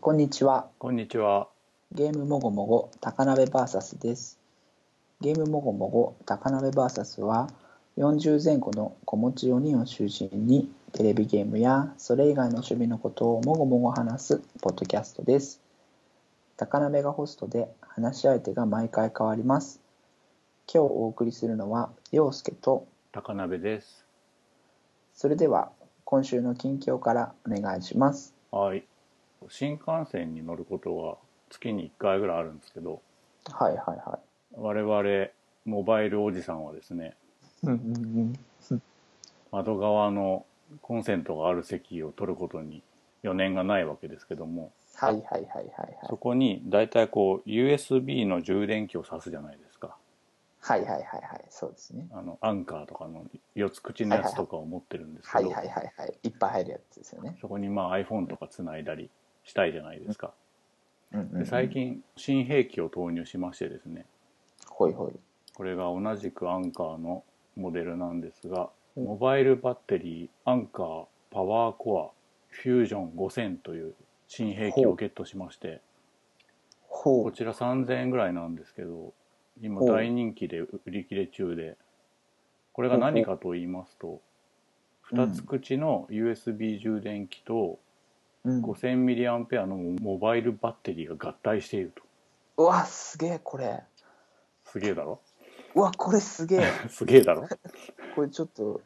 こんにちは。こんにちは。ゲームもごもご高鍋 VS です。ゲームもごもご高鍋 VS は40前後の子持ち4人を中心にテレビゲームやそれ以外の趣味のことをもごもご話すポッドキャストです。高鍋がホストで話し相手が毎回変わります。今日お送りするのは陽介と高鍋です。それでは今週の近況からお願いします。はい。新幹線に乗ることは月に1回ぐらいあるんですけど、はいはいはい。我々モバイルおじさんはですね、うんうん窓側のコンセントがある席を取ることに余念がないわけですけども、はいはいはいはいはいそ。こに大体こう USB の充電器を挿すじゃないですか。はいはいはいはい、そうですね。あのアンカーとかの四つ口のやつとかを持ってるんですはけいど、はいはいはい。いっぱい入るやつですよね。そこにまあ iPhone とかつないだりしたいじゃないですか。うんうんうんで最。近新兵器を投入しましてですね、ほいほい。これが同じくアンカーのモデルなんですうが、んモバイルバッテリーアンカーパワーコアフュージョン5000という新兵器ほをうゲットしましてほこう。ちら3000円ぐらいなんですけど今ほう大人気で売り切れ中でこれが何かと言いますとうん2つ口の USB 充電器とうん、 5000mAh のモバイルバッテリーが合体しているとうわ、すげえこれ。すげえだろ うわ、これすげえ。すげえだろこれちょっと、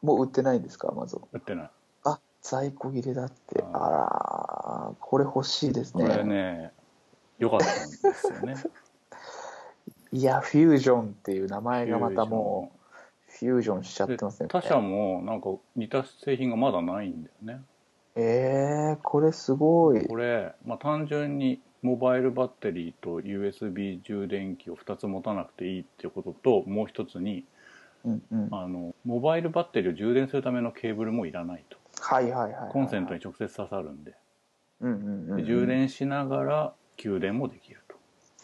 もう売ってないんですか、まず。売ってないあ、在庫切れだって。ああらー、これ欲しいですこね。れね良かったんですよねいや、フュージョンっていう名前がまたもう、フュージョンしちゃってでますね。他社もなんか似た製品がまだないんだよねえー、これすごい。これ、まあ、単純にモバイルバッテリーと USB 充電器を2つ持たなくていいっていうことともう一つにうんうん。はいあのモバイルバッテリーを充電するためのケーブルもいらないとはいはいはい。コンセントに直接刺さるんでうんうんうんうでん。充電しながら給電もできると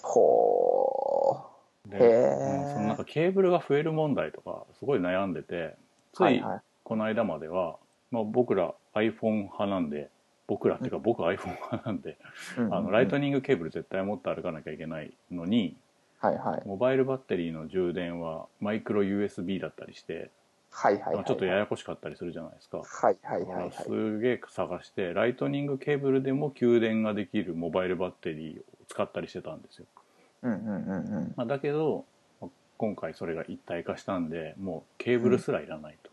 ほで、へーうんそのなんかケーブルが増える問題とかすごい悩んでてう。つはいいはい。この間までは、まあ、僕ら iPhone 派なんで僕らっていうか僕 iPhone 派なんであのライトに。ニングケーブル絶対持って歩かなきゃいけないのにはいはい。モバイルバッテリーの充電はマイクロ USB だったりして、はいはいはいまはあい。ちょっとややこしかったりするじゃないですか。はいはいだかはいはいら。すげえ探してライトニングケーブルでも給電ができるモバイルバッテリーを使ったりしてたんですよ、うんうんうんうん。まあ、だけどまあ今回それが一体化したんでもうケーブルすらいらないと、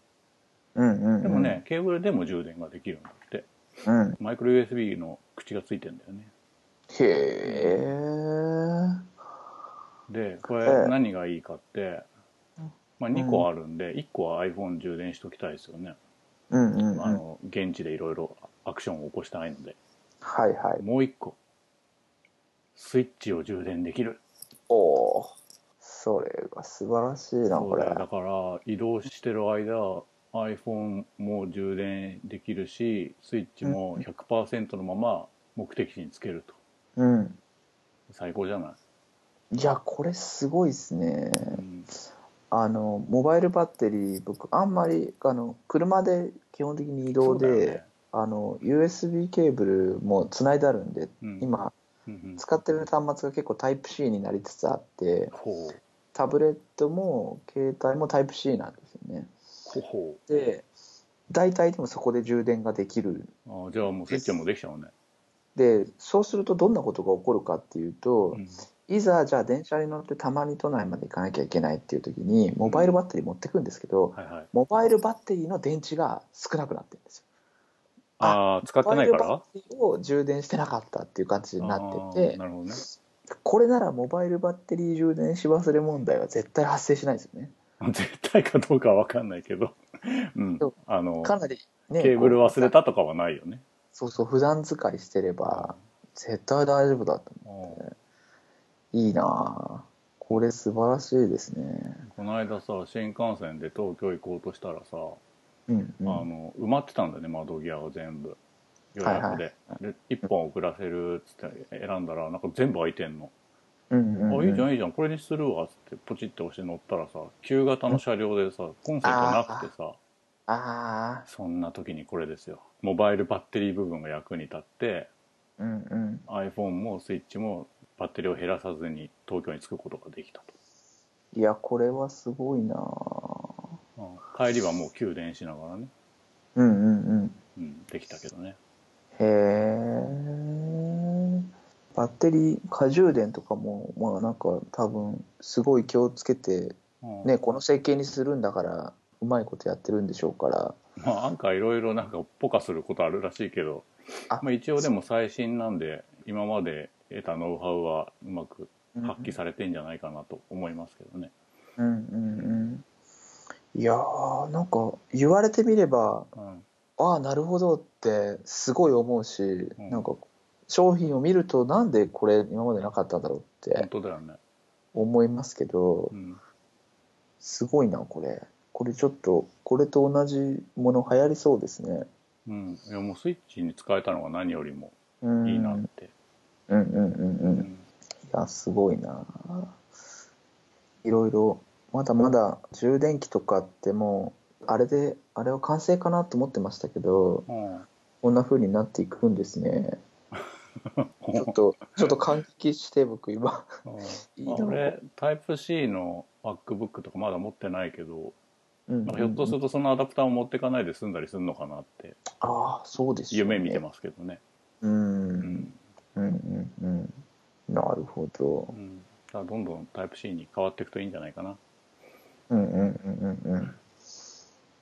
うんうんうん。でもね。ケーブルでも充電ができるんだってうん。へマイクロ USB の口がついてんだよねえ。でこれええ何がいいかって、まあ、ん2個あるんで、1個は iPhone 充電しときたいですよね、うんうんうん。あはいの現地でいろいろアクションを起こしたいのではい。もう1個スイッチを充電できるおお。それが素晴らしいな、こそうれだ。よだから移動してる間 iPhone も充電できるしスイッチも100%のまま目的地につけるとうん。最高じゃない、いや、これすごいですね。うんあの、モバイルバッテリー、僕、あんまり、あの、車で基本的に移動そうだよでね、あの、USB ケーブルもつないであるんで、うん今、うんうん使ってる端末が結構タイプ C になりつつあってほうタブレットも携帯もタイプ C なんですよねほうほうで大体でもそこで充電ができるあじゃあもうスイッチもできちゃうね、でそうするとどんなことが起こるかっていうとう、んいざじゃあ電車に乗ってたまに都内まで行かなきゃいけないっていう時にモバイルバッテリー持ってくんですけど、はいはいモバイルバッテリーの電池が少なくなってるんですよああ使ってないモバかイルらバッテリーを充電してなかったっていう感じになってあーてなるほどね これならモバイルバッテリー充電し忘れ問題は絶対発生しないですよね絶対かどうかは分かんないけど、 うんそう、あのかなり、ね、ケーブル忘れこうたとかはないよね。そうそう普段使いしてれば絶対大丈夫だと思うんういいなあこれ素晴らしいですねこの間さ新幹線で東京行こうとしたらさ、うんうんあの埋まってたんだよね窓際が全部予はいはい約で,、で1本遅らせるっつって選んだらなんか全部空いてんのうん「うんうんあいいじゃんいいじゃんこれにするわ」っつってポチって押して乗ったらさ旧型の車両でさコンセントなくてさああそんな時にこれですよモバイルバッテリー部分が役に立ってうんうん iPhone もスイッチもバッテリーを減らさずに東京に着くことができたいやこれはすごいなと、うん帰りはもう給電しながらね、うんうんうんうん、できたけどねへえバッテリー過充電とかもまあなんか多分すごい気をつけてうんねこの設計にするんだからうまいことやってるんでしょうからまあなんかいろいろなんかポカすることあるらしいけどあまあ、一応でも最新なんで今まで得たノウハウはうまく発揮されてんじゃないかなと思いますけどね、うんうんうんいやーなんか言われてみればうんああなるほどってすごい思うし、んなんか商品を見るとなんでこれ今までなかったんだろうっ本て当だよね、思いますけどうん、すごいなこれこれちょっとこれと同じもの流行りそうですねうん、いやもうスイッチに使えたのが何よりもうんいいなって、うんうんうんううんいやすごいないろいろまだまだ充電器とかってもうあれであれは完成かなと思ってましたけどうんこんな風になっていくんですね。ちょっと、ちょっと感激して、僕 今。いいな俺タイプ C の MacBook とかまだ持ってないけど、うんまあひょっとするとそのアダプターを持ってかないで済んだりするのかなってああ、そうです夢見てまますけどね、す。うん、う、うんんうん、うん。なるほどう。ん、だからどんどんタイプ C に変わっていくといいんじゃないかなうん、うん、うん、うん、う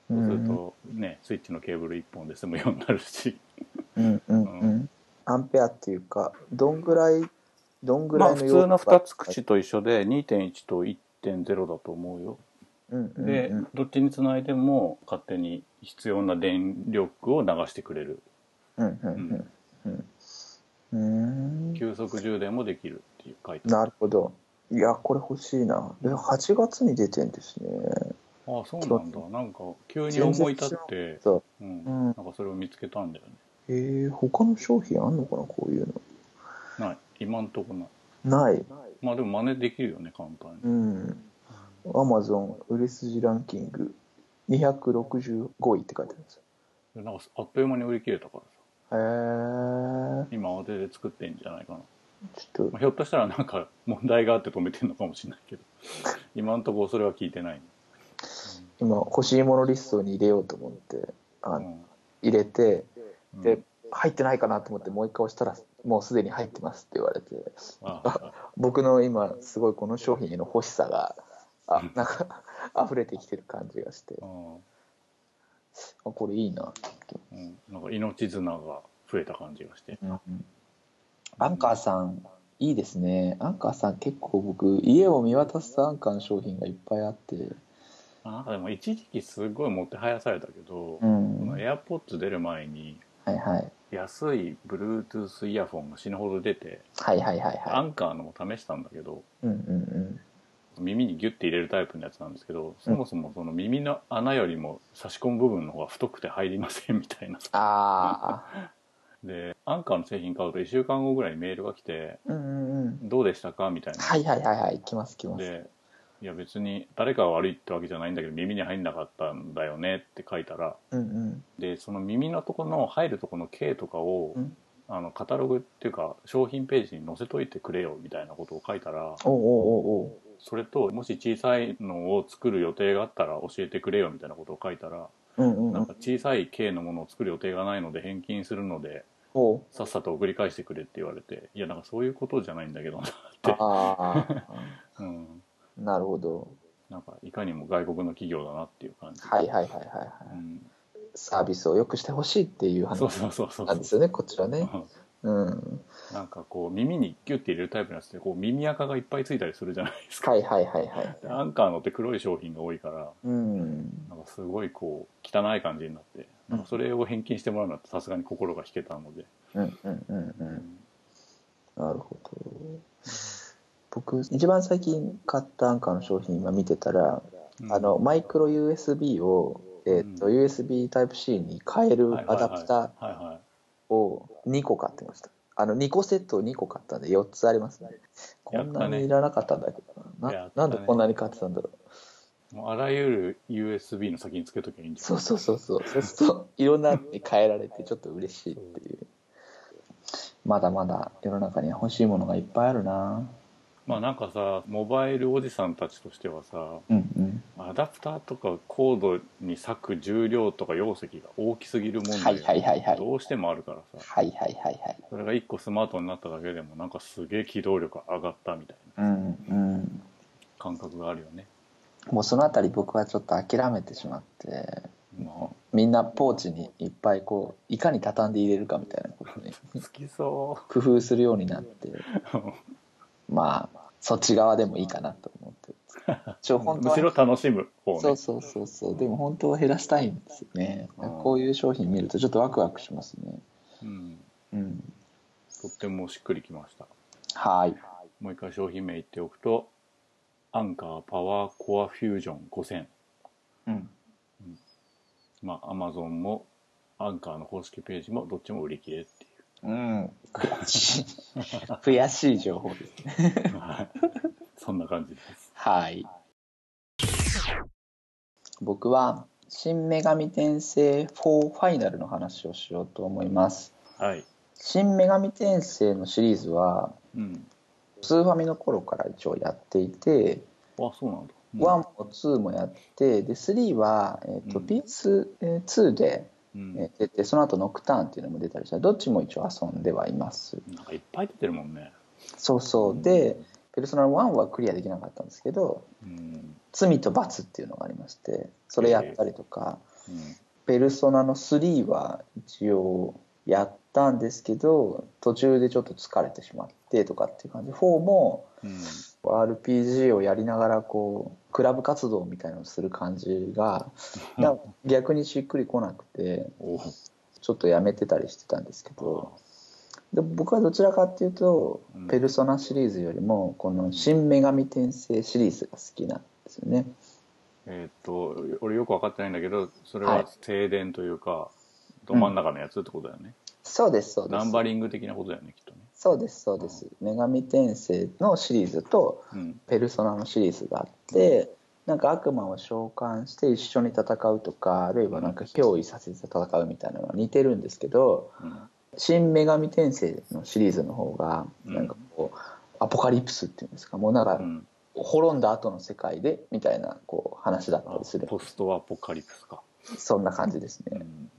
そん。うするとね、スイッチのケーブル1本で済むようになるし、うん、うん、うん、うん。アンペアっていうか、どんぐらい、どんぐまらいあ普の通の2 2つ口と一緒で2.1と1.0だと思うよ。うん、うん、で、うんどっちにつないでも勝手に必要な電力を流してくれる。うん、うん、うん。うん。急速充電もできるっていう書いてある。なるほど。いや、これ欲しいな。で、8月に出てんですね。ああ、そうなんだ。なんか急に思い立って、そう。うん、うんなんかそれを見つけたんだよね。えー、他の商品あんのかなこういうのない。今んとこない。ないまあでも真似できるよね、簡単うに。んアマゾン売れ筋ランキング265位って書いてあるんですよでなんかあっという間に売り切れたからさ。へえ今慌てて作ってんじゃないかな。ちょっまあとひょっとしたらなんか 問題があって止めてるのかもしれないけど 今のところそれは聞いてない、今欲しいものリストに入れようと思ってうあん入れてうんで入ってないかなと思ってもう一回押したらもうすでに入ってますって言われてああ僕の今すごいこの商品への欲しさがあなんか溢れてきてる感じがしてあああこれいいなうんなんか命綱が増えた感じがしてアンカーさん、いいですね。アンカーさん、結構僕、家を見渡すアンカーの商品がいっぱいあって。なんかでも一時期すごいもてはやされたけんど、このはい AirPods 出る前にはい。安い Bluetooth イヤフォンが死ぬほど出て、はいはいはいアはンカーのも試したんだけどい。うんうん耳にギュッて入れるタイプのやつなんですけどそもそもその耳の穴よりも差し込む部分の方が太くて入りませんみたいなうん。ああ。でアンカーの製品買うと1週間後ぐらいにメールが来てうんうんう「ん。どうでしたか?」みたいな、はいはいはいはい。来ます来ます。で「いや別に誰かが悪いってわけじゃないんだけど耳に入んなかったんだよね」って書いたらうんうん。でその耳のとこの入るとこの径とかを、うんあのカタログっていうか商品ページに載せといてくれよみたいなことを書いたらおうおうおうおそれともし小さいのを作る予定があったら教えてくれよみたいなことを書いたら、う。うんうんうなんんか。小さい径のものを作る予定がないので返金するのでおうさっさと送り返してくれって言われていやなんかそういうことじゃないんだけどな って、あうん、あ。なるほど。なんかいかにも外国の企業だなっていう感じ、はいはいはいはいうはい。ん、サービスを良くしてほしいっていうそう話そうそうそうなんですよね、こちらね。うんうん。なんかこう耳にギュッて入れるタイプのやつってこう耳垢がいっぱいついたりするじゃないですかはいはいはいはい。でアンカーのって黒い商品が多いからうん。なんかすごいこう汚い感じになってなんかそれを返金してもらうのってさすがに心が引けたので、うんうんうんう。うんんなるほど。僕、一番最近買ったアンカーの商品今見てたら、あの、マイクロ USB を、えっと、う USB Type-C に変えるはいはアいはいダプタはいはいーを2個買ってました。あの、2個セットを2個買ったんで4つありますね。こんなにいらなかったんだけどな。やなったなねんでこんなに買ってたんだろう。もうあらゆる USB の先につけときゃいいんじゃそう そうそうそう。そうすると、いろんなのに変えられてちょっと嬉しいっていう。まだまだ世の中には欲しいものがいっぱいあるなまあなんかさモバイルおじさんたちとしてはさうんうんアダプターとかコードに割く重量とか容積が大きすぎる問はい題はいはいはいがどうしてもあるからさはいはいはいはいそれが1個スマートになっただけでもなんかすげえ機動力上がったみたいなうんうん感覚があるよね。もうそのあたり僕はちょっと諦めてしまってまみんなポーチにいっぱいこういかに畳んで入れるかみたいなことにあ、好きそ工夫するようになってまあそっち側でもいいかなと思ってち ょう。本当 むはしろ楽しむ方ね。そうそうそうそうでも本当は減らしたいんですよねうんこういう商品見るとちょっとワクワクしますねうん、うんとってもしっくりきました。はいもう一回商品名言っておくと、アンカーパワーコアフュージョン5000。うんまあ、アマゾンも、アンカーの公式ページも、どっちも売り切れっていうん悔しい悔しい情報ですねう。はいそんな感じです。はい僕は「新女神転生4ファイナル」の話をしようと思いますはい。新女神転生のシリーズはうん。スーファミの頃から一応やっていて、あ、そうなんだ。うん1も2もやってで3は、えーとうんピースえー2で、うんえー出てその後ノクターンっていうのも出たりしたどっちも一応遊んではいますなんかいっぱい出てるもんね。そうそうでペルソナル1はクリアできなかったんですけどうん。罪と罰っていうのがありましてそれやったりとか、うん。ペルソナの3は一応やったんですけど途中でちょっと疲れてしまってとかっていう感じ4もうん。 RPG をやりながらこうクラブ活動みたいなのをする感じ がなんか逆にしっくりこなくておうちょっとやめてたりしてたんですけどで僕はどちらかっていうとうん「ペルソナ」シリーズよりもこの「新女神転生」シリーズが好きなんですよね。えーっと、俺よく分かってないんだけど、それはいは停電というか、ど真ん中のやつってことだよね。そうですそうでナすンバリング的なことだよね、きっとね。そうですそうです女神転生のシリーズとうん。ペルソナのシリーズがあってなんか悪魔を召喚して一緒に戦うとかあるいはなんか憑依させて戦うみたいなのは似てるんですけどうん。 「新女神転生」のシリーズの方がうんなんかこう、アポカリプスっていうんですかもうなんうかん滅んだ後の世界でみたいなこう話だったありするポストアポカリプスか。そんな感じですうね。ん。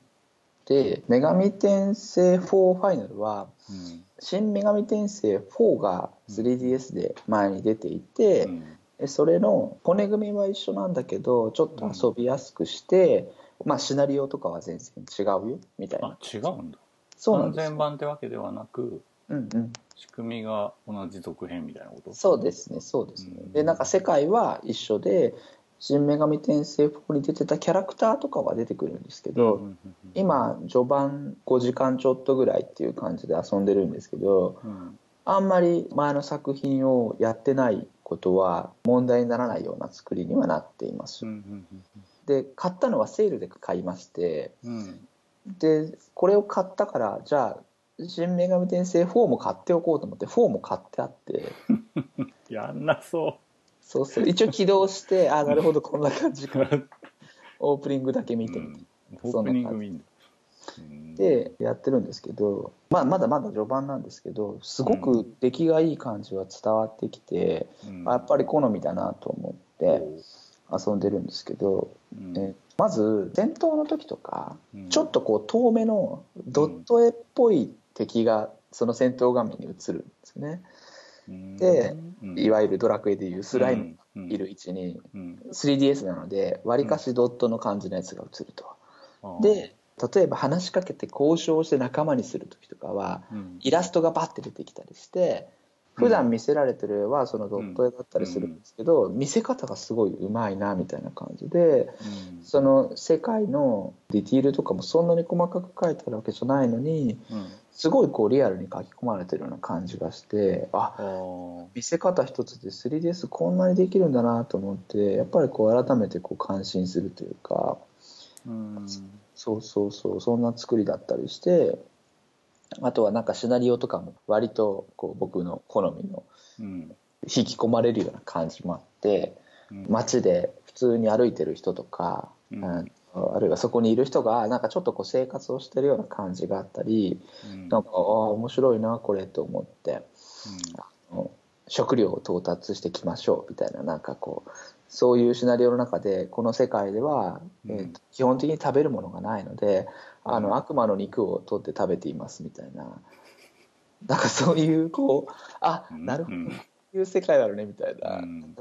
で「女神転生4ファイナル」は「うん。新女神転生4」が 3DS で前に出ていて、うんでそれの骨組みは一緒なんだけどちょっと遊びやすくして、まあシナリオとかは全然違うよみたいあな、違うんだ。そうなんです完全よ、版ってわけではなく、うんうん、仕組みが同じ続編みたいなことそうですねそうですね、うんでなんか世界は一緒で「新女神転生4」に出てたキャラクターとかは出てくるんですけど、うんうんうん今序盤5時間ちょっとぐらいっていう感じで遊んでるんですけどうんあんまり前の作品をやってないことは問題にならないような作りにはなっていますうんうんで買ったのはセールで買いましてうんうんでこれを買ったからじゃあ「新女神転生4」も買っておこうと思って4も買ってあってやんなそそうそう一応起動してあなるほどこんな感じうか。オープニングだけ見てうみて、んオープニング見んだ。うんでやってるんですけど、まあ、まだまだ序盤なんですけどすごく出来がいい感じは伝わってきて、うんあやっぱり好みだなと思って遊んでるんですけど、うんえまず戦闘の時とかうんちょっとこう遠目のドット絵っぽい敵がその戦闘画面に映るんですよね、でうんいわゆるドラクエでいうスライムうんがいる位置にうん 3DS なのでわりかしドットの感じのやつが映ると、あーで例えば話しかけて交渉して仲間にする時とかはうんイラストがバッて出てきたりして普段見せられてる絵はそのドット絵だったりするんですけど、見せ方がすごいうまいなみたいな感じでうんその世界のディティールとかもそんなに細かく書いてあるわけじゃないのにうんすごいこうリアルに書き込まれてるような感じがしてああー見せ方一つで 3DS こんなにできるんだなと思ってやっぱりこう改めてこう感心するというかうんそうそうそうそんな作りだったりしてあとはなんかシナリオとかも割とこう僕の好みのうん引き込まれるような感じもあってうん街で普通に歩いてる人とかううんん、あるいはそこにいる人がなんかちょっとこう生活をしてるような感じがあったりうんなんかああ面白いなこれと思ってうん食料を到達していきましょうみたいななんかこうそういうシナリオの中でこの世界では、うんえーと基本的に食べるものがないのであの悪魔の肉を取って食べていますみたいな なんかそういうこうあうんなるほど うんそういう世界なのねみたいな、うん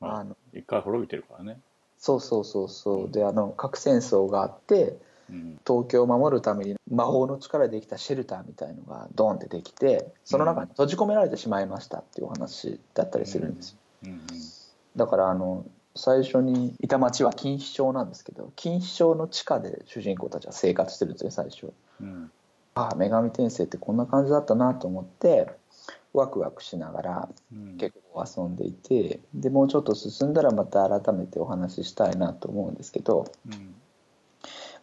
まああの一回滅びてるからねそうそうそうそうであの核戦争があってうん東京を守るために魔法の力でできたシェルターみたいのがドーンってできてその中に閉じ込められてしまいましたっていうお話だったりするんですようんうんだからあの最初にいた町は錦糸町なんですけど錦糸町の地下で主人公たちは生活してるんですよ最初うんああ女神転生ってこんな感じだったなと思ってワクワクしながらうん結構遊んでいてでもうちょっと進んだらまた改めてお話ししたいなと思うんですけどうん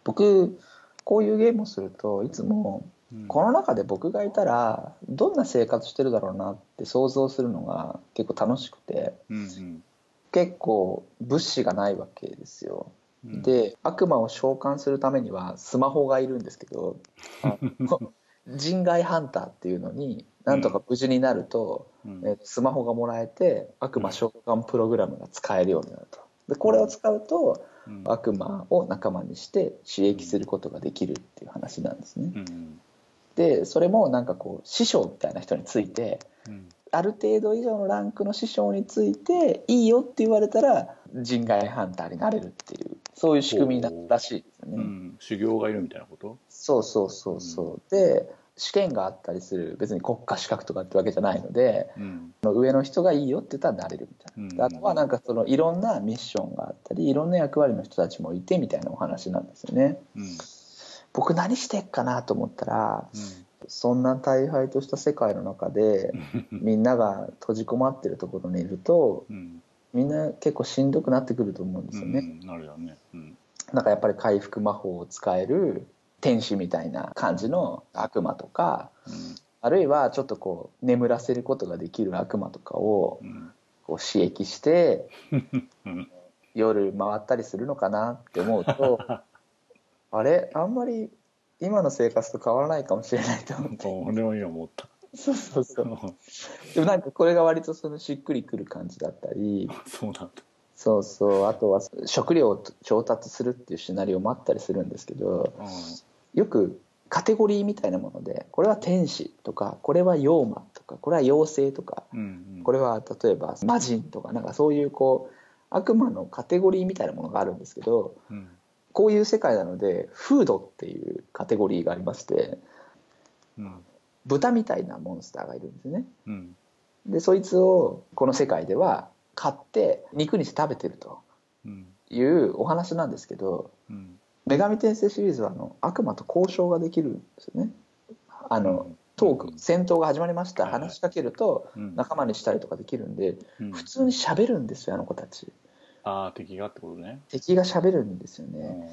僕こういうゲームをするといつもうんこの中で僕がいたらどんな生活してるだろうなって想像するのが結構楽しくてうん結構物資がないわけですようんで悪魔を召喚するためにはスマホがいるんですけ どあの人外ハンターっていうのになんとか無事になると、うんえースマホがもらえて悪魔召喚プログラムが使えるようになるとでこれを使うとうん悪魔を仲間にして刺激することができるっていう話なんですねうんでそれもなんかこう師匠みたいな人についてうんある程度以上のランクの師匠についていいよって言われたら人外ハンターになれるっていうそういう仕組みになったらしいですよね、うん修行がいるみたいなことそうそうそうそう、で試験があったりする別に国家資格とかってわけじゃないのでうんその上の人がいいよって言ったらなれるみたいな、でうんあとはなんかそのいろんなミッションがあったりいろんな役割の人たちもいてみたいなお話なんですよねうん僕何してっかなと思ったらうんそんな大敗とした世界の中 でみんなが閉じこまってるところにいるとうんみんな結構しんどくなってくると思うんですよね、うんなるよねうんなんかやっぱり回復魔法を使える天使みたいな感じの悪魔とかあるいはちょっとこう眠らせることができる悪魔とかを うんこう刺激してうん夜回ったりするのかなって思うとあれあんまり今の生活と変わらないかもしれないと思っうんて俺も今思った そうそうそうあでもなんかこれが割とそのしっくりくる感じだったりそうなんだそうそうあとは食料を調達するっていうシナリオもあったりするんですけどよくカテゴリーみたいなものでこれは天使とかこれは妖魔とかこれは妖精とかうんうんこれは例えば魔人とかなんかそういうこう悪魔のカテゴリーみたいなものがあるんですけどうんこういう世界なのでフードっていうカテゴリーがありましてうん豚みたいなモンスターがいるんですねうんでそいつをこの世界では買って肉にして食べてるとうんいうお話なんですけどうん女神転生シリーズはあの悪魔と交渉ができるんですよねあのトーク戦闘が始まりましたはいはい話しかけるとうん仲間にしたりとかできるんでうん普通に喋るんですよあの子たちああ敵がってことね敵が喋るんですようねん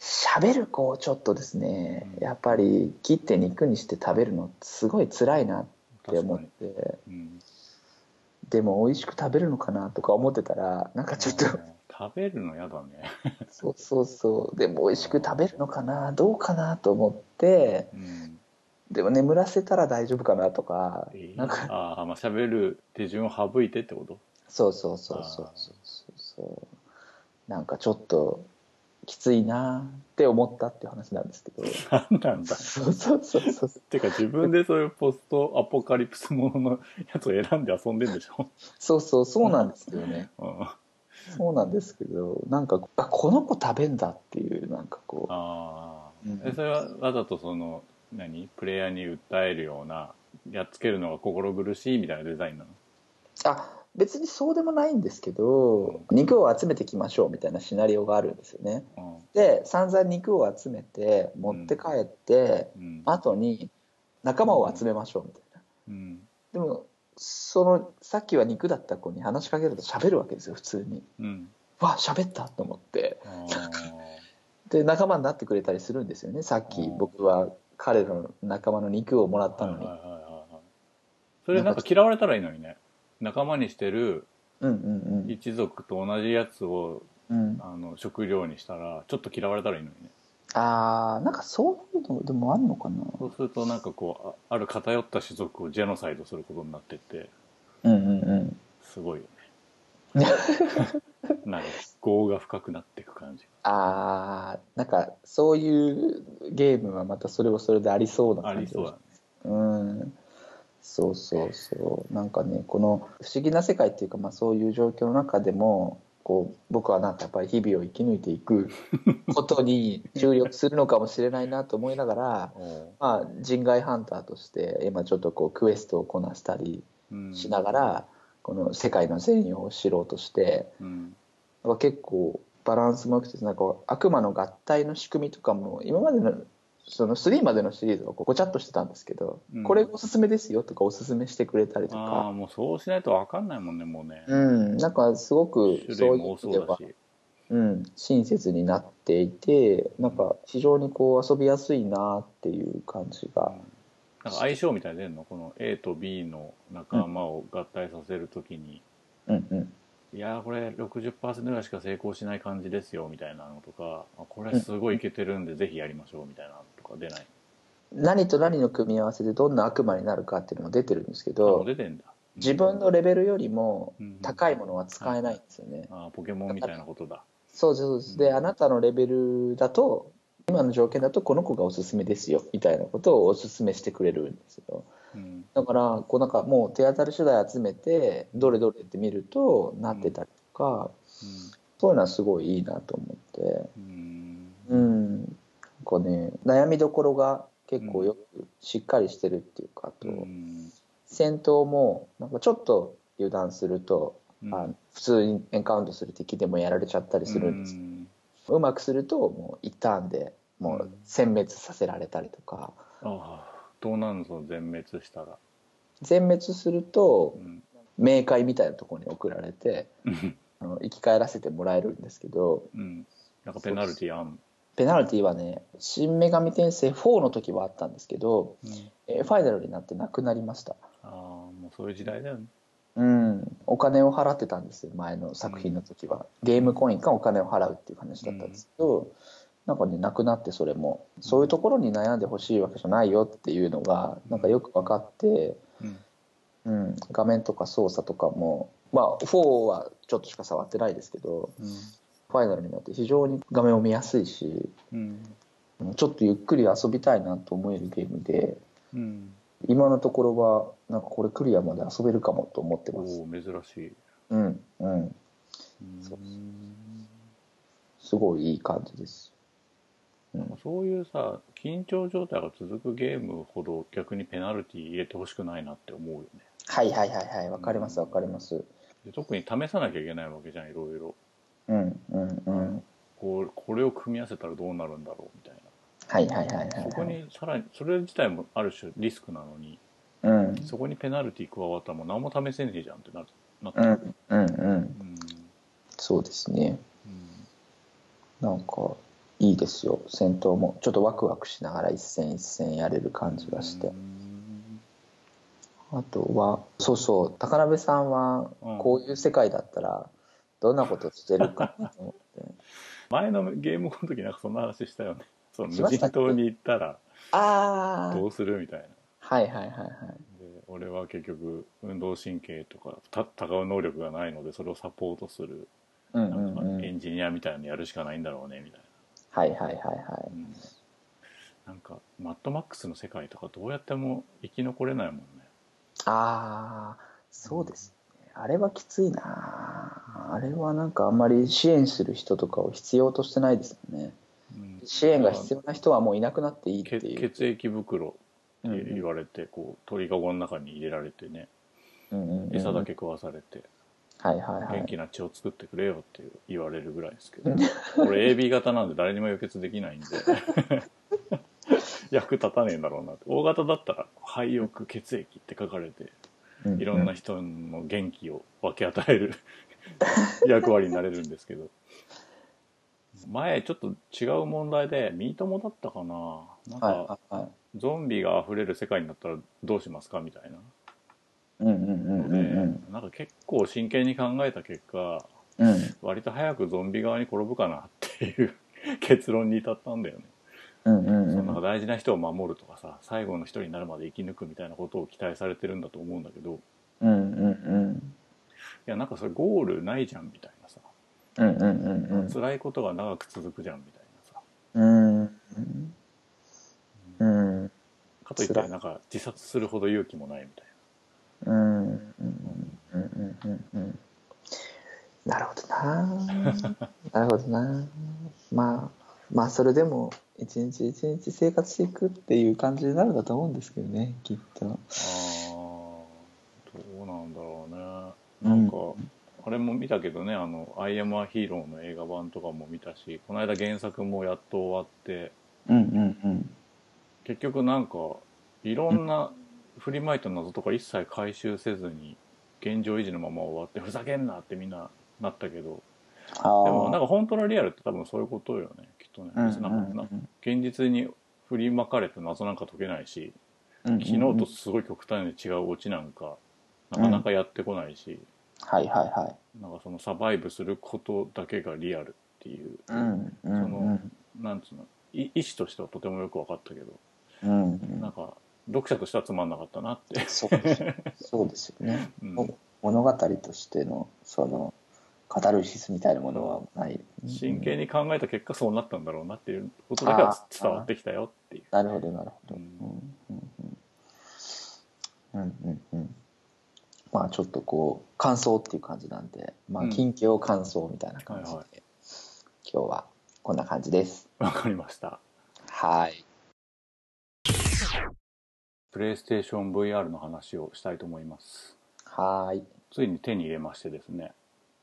喋る子をちょっとですねうんやっぱり切って肉にして食べるのすごい辛いなって確思っかにてうんでも美味しく食べるのかなとか思ってたらなんかちょっとあー食べるの嫌だねそうそうそうでも美味しく食べるのかなどうかなと思ってうんでも眠らせたら大丈夫かなとかえーなんかああまあ喋る手順を省いてってことそうそうそうそうそうそうそうなんかちょっときついなって思ったっていう話なんですけど何なんだそうそうそうそうてか自分でそういうポストアポカリプスもののやつを選んで遊んでんでし ょ、そうそうそうなんですよねうん、あそうなんですけどなんかあこの子食べんだっていうなんかこあう、うんえそれはわざとその何プレイヤーに訴えるようなやっつけるのが心苦しいみたいなデザインなのあ別にそうでもないんですけど肉を集めてきましょうみたいなシナリオがあるんですよねで散々肉を集めて持って帰って、うんうん後に仲間を集めましょうみたいなうんでもそのさっきは肉だった子に話しかけると喋るわけですよ普通にうんわ喋ったと思ってあーで仲間になってくれたりするんですよねさっきうん僕は彼らの仲間の肉をもらったはいのはいはいに、はいはいそれなんか嫌われたらいいのにね仲間にしてるうんうんうん一族と同じやつをうん、あの食料にしたらちょっと嫌われたらいいのにねあーなんかそういうのでもあるのかなそうするとなんかこうあある偏った種族をジェノサイドすることになってってうんうんうんすごいよ ねなんか業が深くなっていく感じあーなんかそういうゲームはまたそれはそれでありそうなあ感りじそうだねうんそうそうそうなんかねこの不思議な世界っていうか、まあ、そういう状況の中でもこう僕はなんかやっぱり日々を生き抜いていくことに注力するのかもしれないなと思いながら、まあ、人外ハンターとして今ちょっとこうクエストをこなしたりうんしながら、この世界の全容を知ろうとしてうんなんか結構バランスも良くてなんか悪魔の合体の仕組みとかも今までのその3までのシリーズはこうごちゃっとしてたんですけど、うんこれおすすめですよとかおすすめしてくれたりとああか、もうそうしないと分かんないもんねもうね、うん、なんかすごく種そ類ういうも意味多でそうだはしうん、親切になっていてなんか非常にこう遊びやすいなっていう感じが、なんか相性みたいなの出んのこの A と B の仲間を合体させるときに、うんうん、いやーこれ60%ぐらいしか成功しない感じですよみたいなのとかあこれすごいいけてるんでぜひやりましょうみたいなのとか出ない何と何の組み合わせでどんな悪魔になるかっていうのも出てるんですけあもうど出てんだ自分のレベルよりもうん高いものは使えないんですよね。あーポケモンみたいなことだそうですそうです。うで、んあなたのレベルだと、今の条件だとこの子がおすすめですよみたいなことをおすすめしてくれるんですよ。うんだから、こうなんかもう手当たり次第集めて、どれどれって見るとなってたりとか、そういうのはすごいいいなと思って、うんうんうん、なんかね、悩みどころが結構よくしっかりしてるっていうか、あと、うん戦闘もなんかちょっと油断すると、うんあの普通にエンカウントする敵でもやられちゃったりするんですけどうんうまくするともう1ターンでもう殲滅させられたりとかああどうなんのその全滅したら、全滅するとうん冥界みたいなところに送られてあの生き返らせてもらえるんですけどうん、なんかペナルティあん、ペナルティはね「新女神転生4」の時はあったんですけど、うんえーファイナルになってなくなりましたああもうそういう時代だよねうんお金を払ってたんですよ前の作品の時はゲームコインかお金を払うっていう話だったんですけど、なんかねなくなってそれもそういうところに悩んでほしいわけじゃないよっていうのがなんかよく分かって、うんうん、画面とか操作とかも、まあ、4はちょっとしか触ってないですけどうんファイナルになって非常に画面を見やすいしうんうんちょっとゆっくり遊びたいなと思えるゲームでうん今のところはなんかこれクリアまで遊べるかもと思っておますお珍しいうんうんそうすごいいい感じですうんそういうさ緊張状態が続くゲームほど逆にペナルティ入れてほしくないなって思うよねはいはいはいはいわかりますわかりますで特に試さなきゃいけないわけじゃんいろいろうんうんうんこうこれを組み合わせたらどうなるんだろうみたいはいはいはいはいなそはこい、にさらにそれ自体もある種リスクなのにうん、そこにペナルティ加わったらもう何も試せねえじゃんってなるなっうたんうんうんうんそうですねうんなんかいいですよ戦闘もちょっとワクワクしながら一戦一戦やれる感じがして、うんあとはそうそう高鍋さんはうんこういう世界だったらどんなことしてるかなと思って、前のゲームの時なんかそんな話したよねそのし無ました人っけ島に行ったらああどうするみたいなはいはいはいはいで俺は結局運動神経とかた戦う能力がないのでそれをサポートするうんなうんんかうんエンジニアみたいなのやるしかないんだろうねみたいはいはいはいはな、うんなんかマッドマックスの世界とかどうやっても生き残れないもんねいああそうですねあれはきついなあれはなんかあんまり支援する人とかを必要としてないですよねうん、支援が必要な人はもういなくなっていいって血いう血液袋うんって言われて、こう鳥かごの中に入れられてねうんうんうん餌だけ食わされて、はいはいはい元気な血を作ってくれよって言われるぐらいですけど俺 AB 型なんで誰にも輸血できないんで 役立たねえんだろうなって大型だったら「肺翼血液」って書かれていろんな人の元気を分け与 える役割になれるんですけど前ちょっと違う問題でミートもだったかななんはいかはいはいゾンビが溢れる世界になったらどうしますかみたいなうんうんうんうんのでなんか結構真剣に考えた結果うん割と早くゾンビ側に転ぶかなっていう 結論に至ったんだよね。うんうんそうんなんんか大事な人を守るとかさ最後の人になるまで生き抜くみたいなことを期待されてるんだと思うんだけどいうんうんうんやなんかそれゴールないじゃんみたいなさうんうんうん辛いことが長く続くじゃんみたいなさうんうんうんかといっ辛ていなんか自殺するほど勇気もないみたいうんうんうんうんうんうんなるほどななるほどなまあまあそれでも一日一日生活していくっていう感じになるんだと思うんですけどねきっとなあーどうなんだろうねうなんんか、あれも見たけどねあの「アイアム・ア・ヒーロー」の映画版とかも見たしこの間原作もやっと終わってうんうんうん結局なんかいろんな振りまいた謎とか一切回収せずに現状維持のまま終わってふざけんなってみんななったけどあでもなんあか本当のリアルって多分そういうことよねきっとねうん別になんかな現実に振りまかれて謎なんか解けないしうん昨日とすごい極端に違うオチなんかなかなかやってこないし、はいはいはいなんかそのサバイブすることだけがリアルっていう、うんうんそのなんつうのい意思としてはとてもよく分かったけどうんうなんんか読者としてはつまんなかったなって、そうですそうですよねうんお物語としてのそのカタルシスみたいなものはない真剣に考えた結果そうなったんだろうなっていうことだけはあー伝わってきたよっていう。なるほどなるほど。ううんんうんうんうんうんうんまあちょっとこう感想っていう感じなんで、まうあん近況感想みたいな感じで、はいは今日はこんな感じです。わかりました。はい。プレイステーション VR の話をしたいと思います。はい。ついに手に入れましてですね。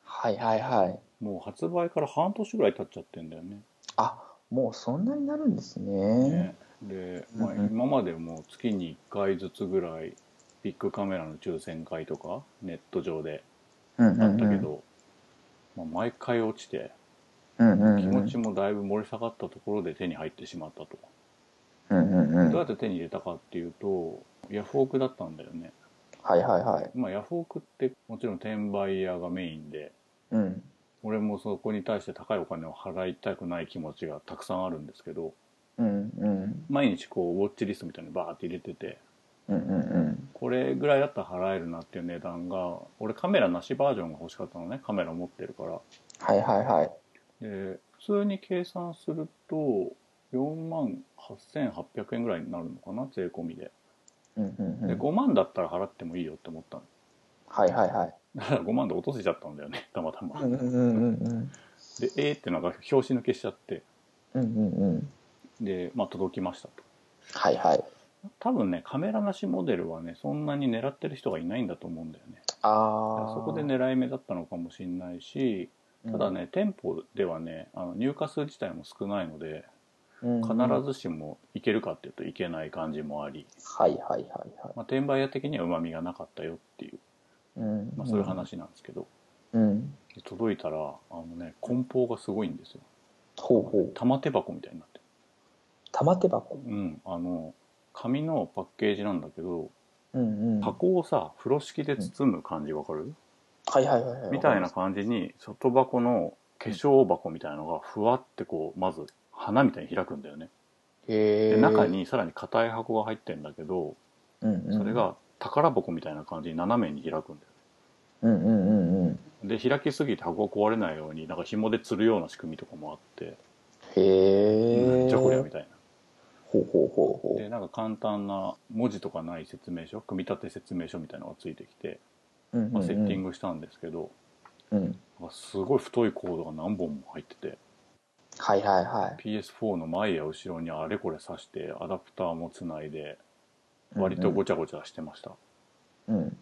はいはいはい。もう発売から半年ぐらい経っちゃってんだよね。あもうそんなになるんですね。ねで、まあ、うんうん今までも月に1回ずつぐらいビッグカメラの抽選会とかネット上でうんあったけど、まあ、毎回落ちてうんうんうん、気持ちも、もだいぶ盛り下がったところで手に入ってしまったと、うんうんうん、どうはいやって手に入れたかっていうとヤフオクだったんだよね、はいはい。まあ、ヤフオクってもちろん転売屋がメインでうん俺もそこに対して高いお金を払いたくない気持ちがたくさんあるんですけどうんうん毎日こうウォッチリストみたいにバーって入れててうんうんうんこれぐらいだったら払えるなっていう値段が俺カメラなしバージョンが欲しかったのねカメラ持ってるからはいはいはい。で普通に計算すると4万8800円ぐらいになるのかな税込みでうんうんうでん、 5万だったら払ってもいいよって思ったのはいはいはい。だから5万で落とせちゃったんだよねたまたまうんうんうんうんでえーってなんか拍子抜けしちゃってうんうんうんでまあ届きましたとはいはい。多分ねカメラなしモデルはねそんなに狙ってる人がいないんだと思うんだよねあだからあ。そこで、狙い目だったのかもしれないしただ、ね、店舗ではねあの入荷数自体も少ないのでうん、必はいずしもいけるかっていうといけない感じもあり、はいはいはい。まあ、転売屋的にはうまみがなかったよっていう、うんまあ、そういう。話なんですけど、うん。で届いたらあのね梱包がすごいんですよほうほう。玉手箱みたいになって玉手箱。るうんあの紙のパッケージなんだけどうんうん。はい箱をさ風呂敷で包む感じわかる、はいはいはい。みたいな。感じに外箱の化粧箱みたいなのがふわってこうまず花みたいに開くんだよねへえ。で中。にさらに硬い箱が入ってんだけどうんうん。それ。が宝箱みたいな感じに斜めに開くんだうよんうんうんうん。ねで開きすぎて箱が壊れないようになんか紐で吊るような仕組みとかもあってへえ。なんじゃこりゃみたいほうほうほうほなう。でなんか簡単な文字とかない説明書組み立て説明書みたいなのがついてきて、うんうんまうあ、ん、セッティングしたんですけど、グ。うん。なんかすごい太いコードが何本も入っててはいはいはい。 PS4 の前や後ろにあれこれ挿してアダプターもつないで割とごちゃごちゃしてました、うん。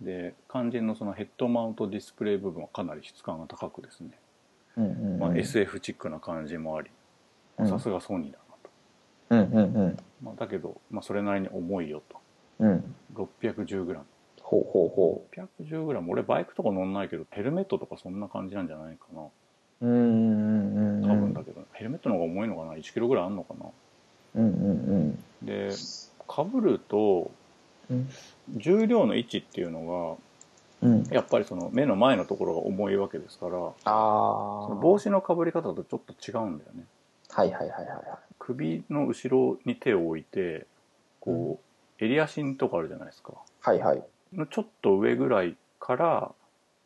で肝心のそのヘッドマウントディスプレイ部分はかなり質感が高くですね、うんうん。まあ、。SF チックな感じもありうんさすがソニーだなと、うんうんうん。まあ、だけど、まあ、それなりに重いようん。と 610g ほうほうほ 610g 俺バイクとか乗んないけどヘルメットとかそんな感じなんじゃないかなう。うんうんうん。多分だ。けど、ヘルメットの方が重いのかな 1kg ぐらいあんのかうなんうんでかぶるとうん。重量の位置っていうのがうん。やっぱりその目の前のところが重いわけですからそああ。の帽子のかぶり方とちょっと違うんだよねはいはいはいはいは首の後ろに手を置いてこう、襟足のとこあるじゃないですかい。はいはい。のちょっと上ぐらいから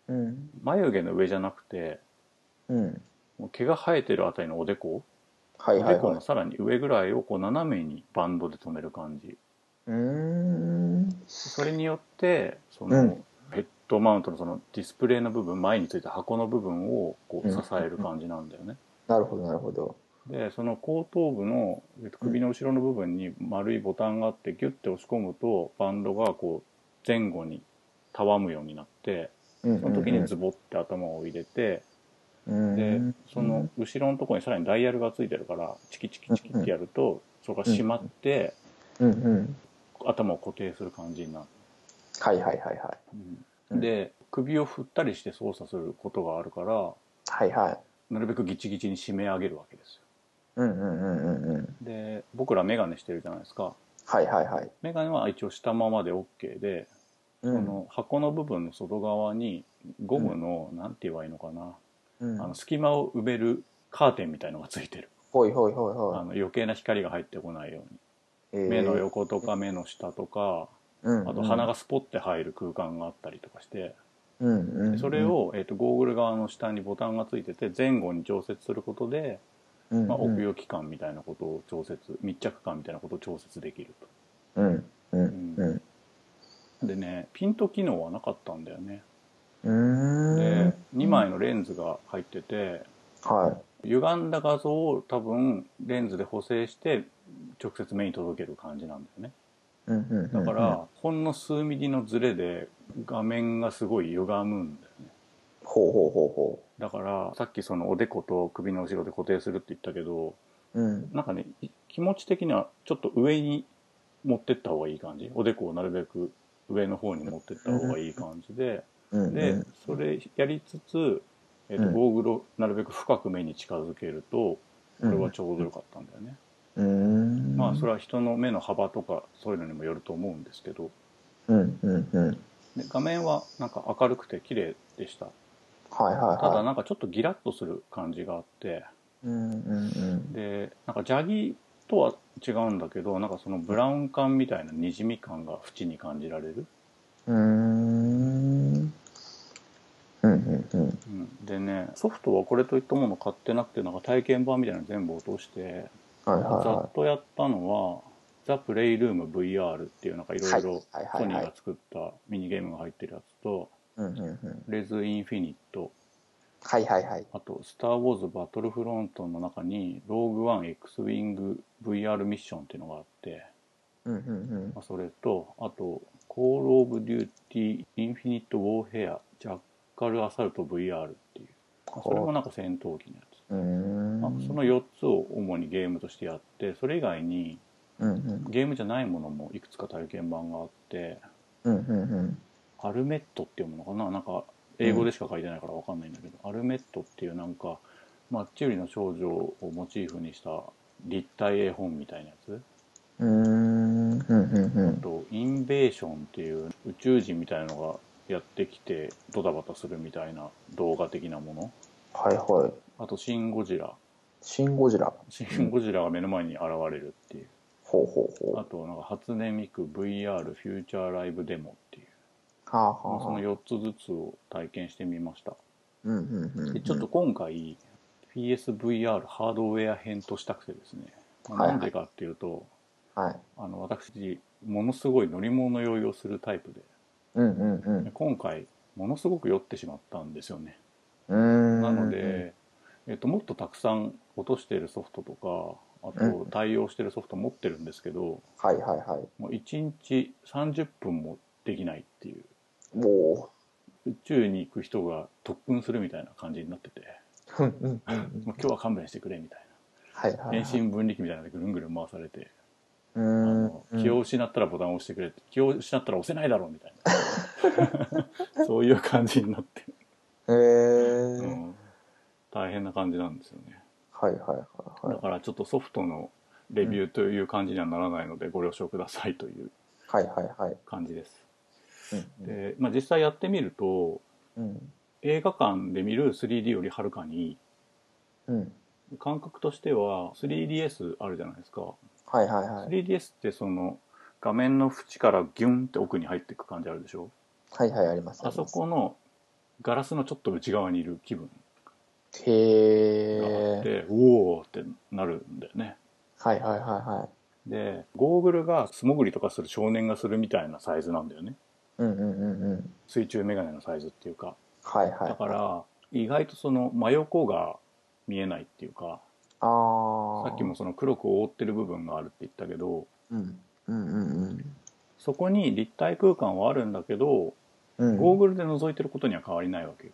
うん。眉毛の上じゃなくてうん。もう毛が生えてるあたりのおでこはいおはいでこはいの。さらに上ぐらいをこう斜めにバンドで留める感じうーん。それによってそうのんヘッドマウントのそのディスプレイの部分前についた箱の部分をこううん支える感じなんだよね。なるほどなるほど。でその後頭部のえっと首の後ろの部分に丸いボタンがあってギュッて押し込むとバンドがこう前後にたわむようになってうんうんその時にズボって頭を入れてうんでその後ろのところにさらにダイヤルがついてるからチキチキチキってやるとそれが締まってうんうん。頭を固定する感じになる。はいはいはいはい。うんで首を振ったりして操作することがあるからはいはい。なるべくギチギチに締め上げるわけですようんうんうんうんうん。で僕らメガネしてるじゃないですかはいはいはい。メガネは一応したままで OK で、うこん。の箱の部分の外側にゴムの、なんて言えばいいのかな、うんあの隙間を埋めるカーテンみたいのがついてる、ほいほいほいあのほ余計な光が入ってこないようい。に、えー目の横とか目の下とかあと鼻。がスポッて入る空間があったりとかして、うんうんうんうん。それを、えー、とゴーグル側の下にボタンがついてて前後に調節することで、うん、うんまあ、奥行き感みたいなことを調節密着感みたいなことを調節できるうんうんうんとでねピント機能はなかったんだよねうーんで2枚のレンズが入ってては歪んだ画像を多分レンズで補正して直接目に届ける感じなんだよねいうんうんうんだからほんの数ミリのズレで画面がすごい歪むんだよねほうほうほうほだからさっきそのおでこと首の後ろで固定するって言ったけどううんなんかねい気持ち的にはちょっと上に持ってった方がいい感じおでこをなるべく上の方に持ってった方がいい感じでうんうでんそれやりつつ、えっとうんゴーグルをなるべく深く目に近づけるとこれはちょうどよかったんだよね、うーんまあそれは人の目の幅とかそういうのにもよると思うんですけどうんうんうんで画面はなんか明るくて綺麗でしたはいはいはいただなんかちょっとギラッとする感じがあってうんうんうんでなんか砂利とは違うんだけどなんかそのブラウン感みたいなにじみ感が縁に感じられる、うーんうんうんうんうん、でねソフトはこれといったもの買ってなくてなんか体験版みたいなの全部落としてはいはいざはっとやったのは「ザ・プレイルーム VR」っていうなんかいろいろはいはいはいはいソニーが作ったミニゲームが入ってるやつというんうんうん「レズ・インフィニット」はいはいはいあと「スター・ウォーズ・バトルフロント」の中に「ローグ・ワン・ X ・ウィング VR ミッション」っていうのがあって、うんうんうんまあ、それとあと「コール・オブ・デューティー・インフィニット・ウォーヘア・ジャッカル・アサルト・ VR」っていうまあそれもなんか戦闘機のやつ、うーんまあ、その4つを主にゲームとしてやってそれ以外にうんうんゲームじゃないものもいくつか体験版があってうんうんうんアルメットっていうものかななんか英語でしか書いてないからわかんないんだけど、アルメットっていうなんかマッチ売りの少女をモチーフにした立体絵本みたいなやつうーんうんうんうんあとインベーションっていう宇宙人みたいなのがやってきてドタバタするみたいな動画的なものはいはいあとシン・ゴジラシン・ゴジラシン・ゴジラが目の前に現れるっていうほうほうほうあとなんか初音ミク VR フューチャーライブデモっていうはあはあまあはあその4つずつを体験してみましたうんうんうんうでんちょっと今回 PSVR ハードウェア編としたくてですね、まあはいはないんでかっていうとはいあの私ものすごい乗り物酔いをするタイプでうんうんうんで今回ものすごく酔ってしまったんですよねななので、えっと、もっとたくさん落としているソフトとかあうと対応しているソフト持ってるんですけどはいはいはいもう1日30分もできないっていうも宇宙に行く人が特訓するみたいな感じになっててううんうんうんもう今日は勘弁してくれみたいな。 はいはいはい遠心分離器みたいなのでぐるんぐるん回されて、うあんの気を失ったらボタンを押してくれって気を失ったら押せないだろうみたい なそういう感じになって、へえうーん、大変な感じなんですよねはいはいはいはだいからちょっとソフトのレビューという感じにはならないのでご了承くださいというはいはいはい感じですうんで、まあ、実際やってみるとうん映画館で見る 3D よりはるかにうん感覚としては 3DS あるじゃないですか、はいはいはい 3DS ってその画面の縁からギュンって奥に入っていく感じあるでしょはいはいありますあそりますこのガラスのちょっと内側にいる気分へがあっえて、おおってなるんだよねはいはいはいはいでゴーグルが素潜りとかする少年がするみたいなサイズなんだよねうんうんうんうん水中メガネのサイズっていうかはいはいだから意外とその真横が見えないっていうかああさっきもその黒く覆ってる部分があるって言ったけどうんうんうんそこに立体空間はあるんだけどうんゴーうんグルで覗いてることには変わりないわけよ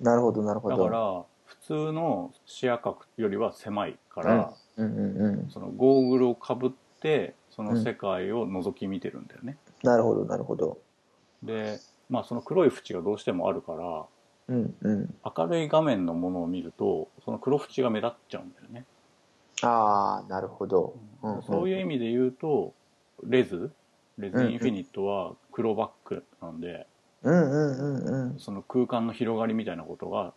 なるほどなるほだどから普通の視野角よりは狭いから、うんうんうんそのゴーグルをかぶってその世界を覗き見てるんだよね、なるほどなるほどでまあその黒い縁がどうしてもあるからうんうん明るい画面のものを見るとその黒縁が目立っちゃうんだよね、ああなるほど、うんんそういう意味で言うとレズレズインフィニットは黒バックなんで、うんうんうんうんその空間の広がりみたいなことが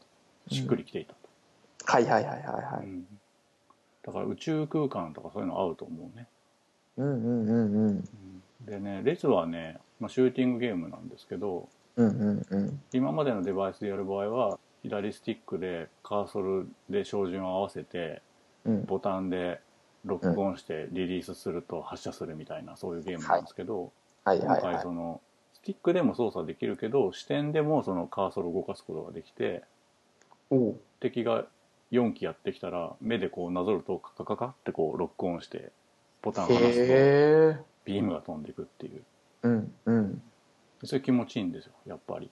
しっくりきていたと、はいはいはいはいはういんだから宇宙空間とかそういうの合うと思うねうんうんうんうんでねレズはね、まあ、シューティングゲームなんですけどうんうんうん今までのデバイスでやる場合は左スティックでカーソルで照準を合わせてうんボタンでロックオンしてリリースすると発射するみたいなそういうゲームなんですけど、はいはい今は回いそのスティックでも操作できるけど視点でもそのカーソルを動かすことができておう敵が4機やってきたら目でこうなぞるとカカカカってこうロックオンしてボタンを離すとへえビームが飛んでいくっていううんうんそれ気持ちいいんですよやっぱり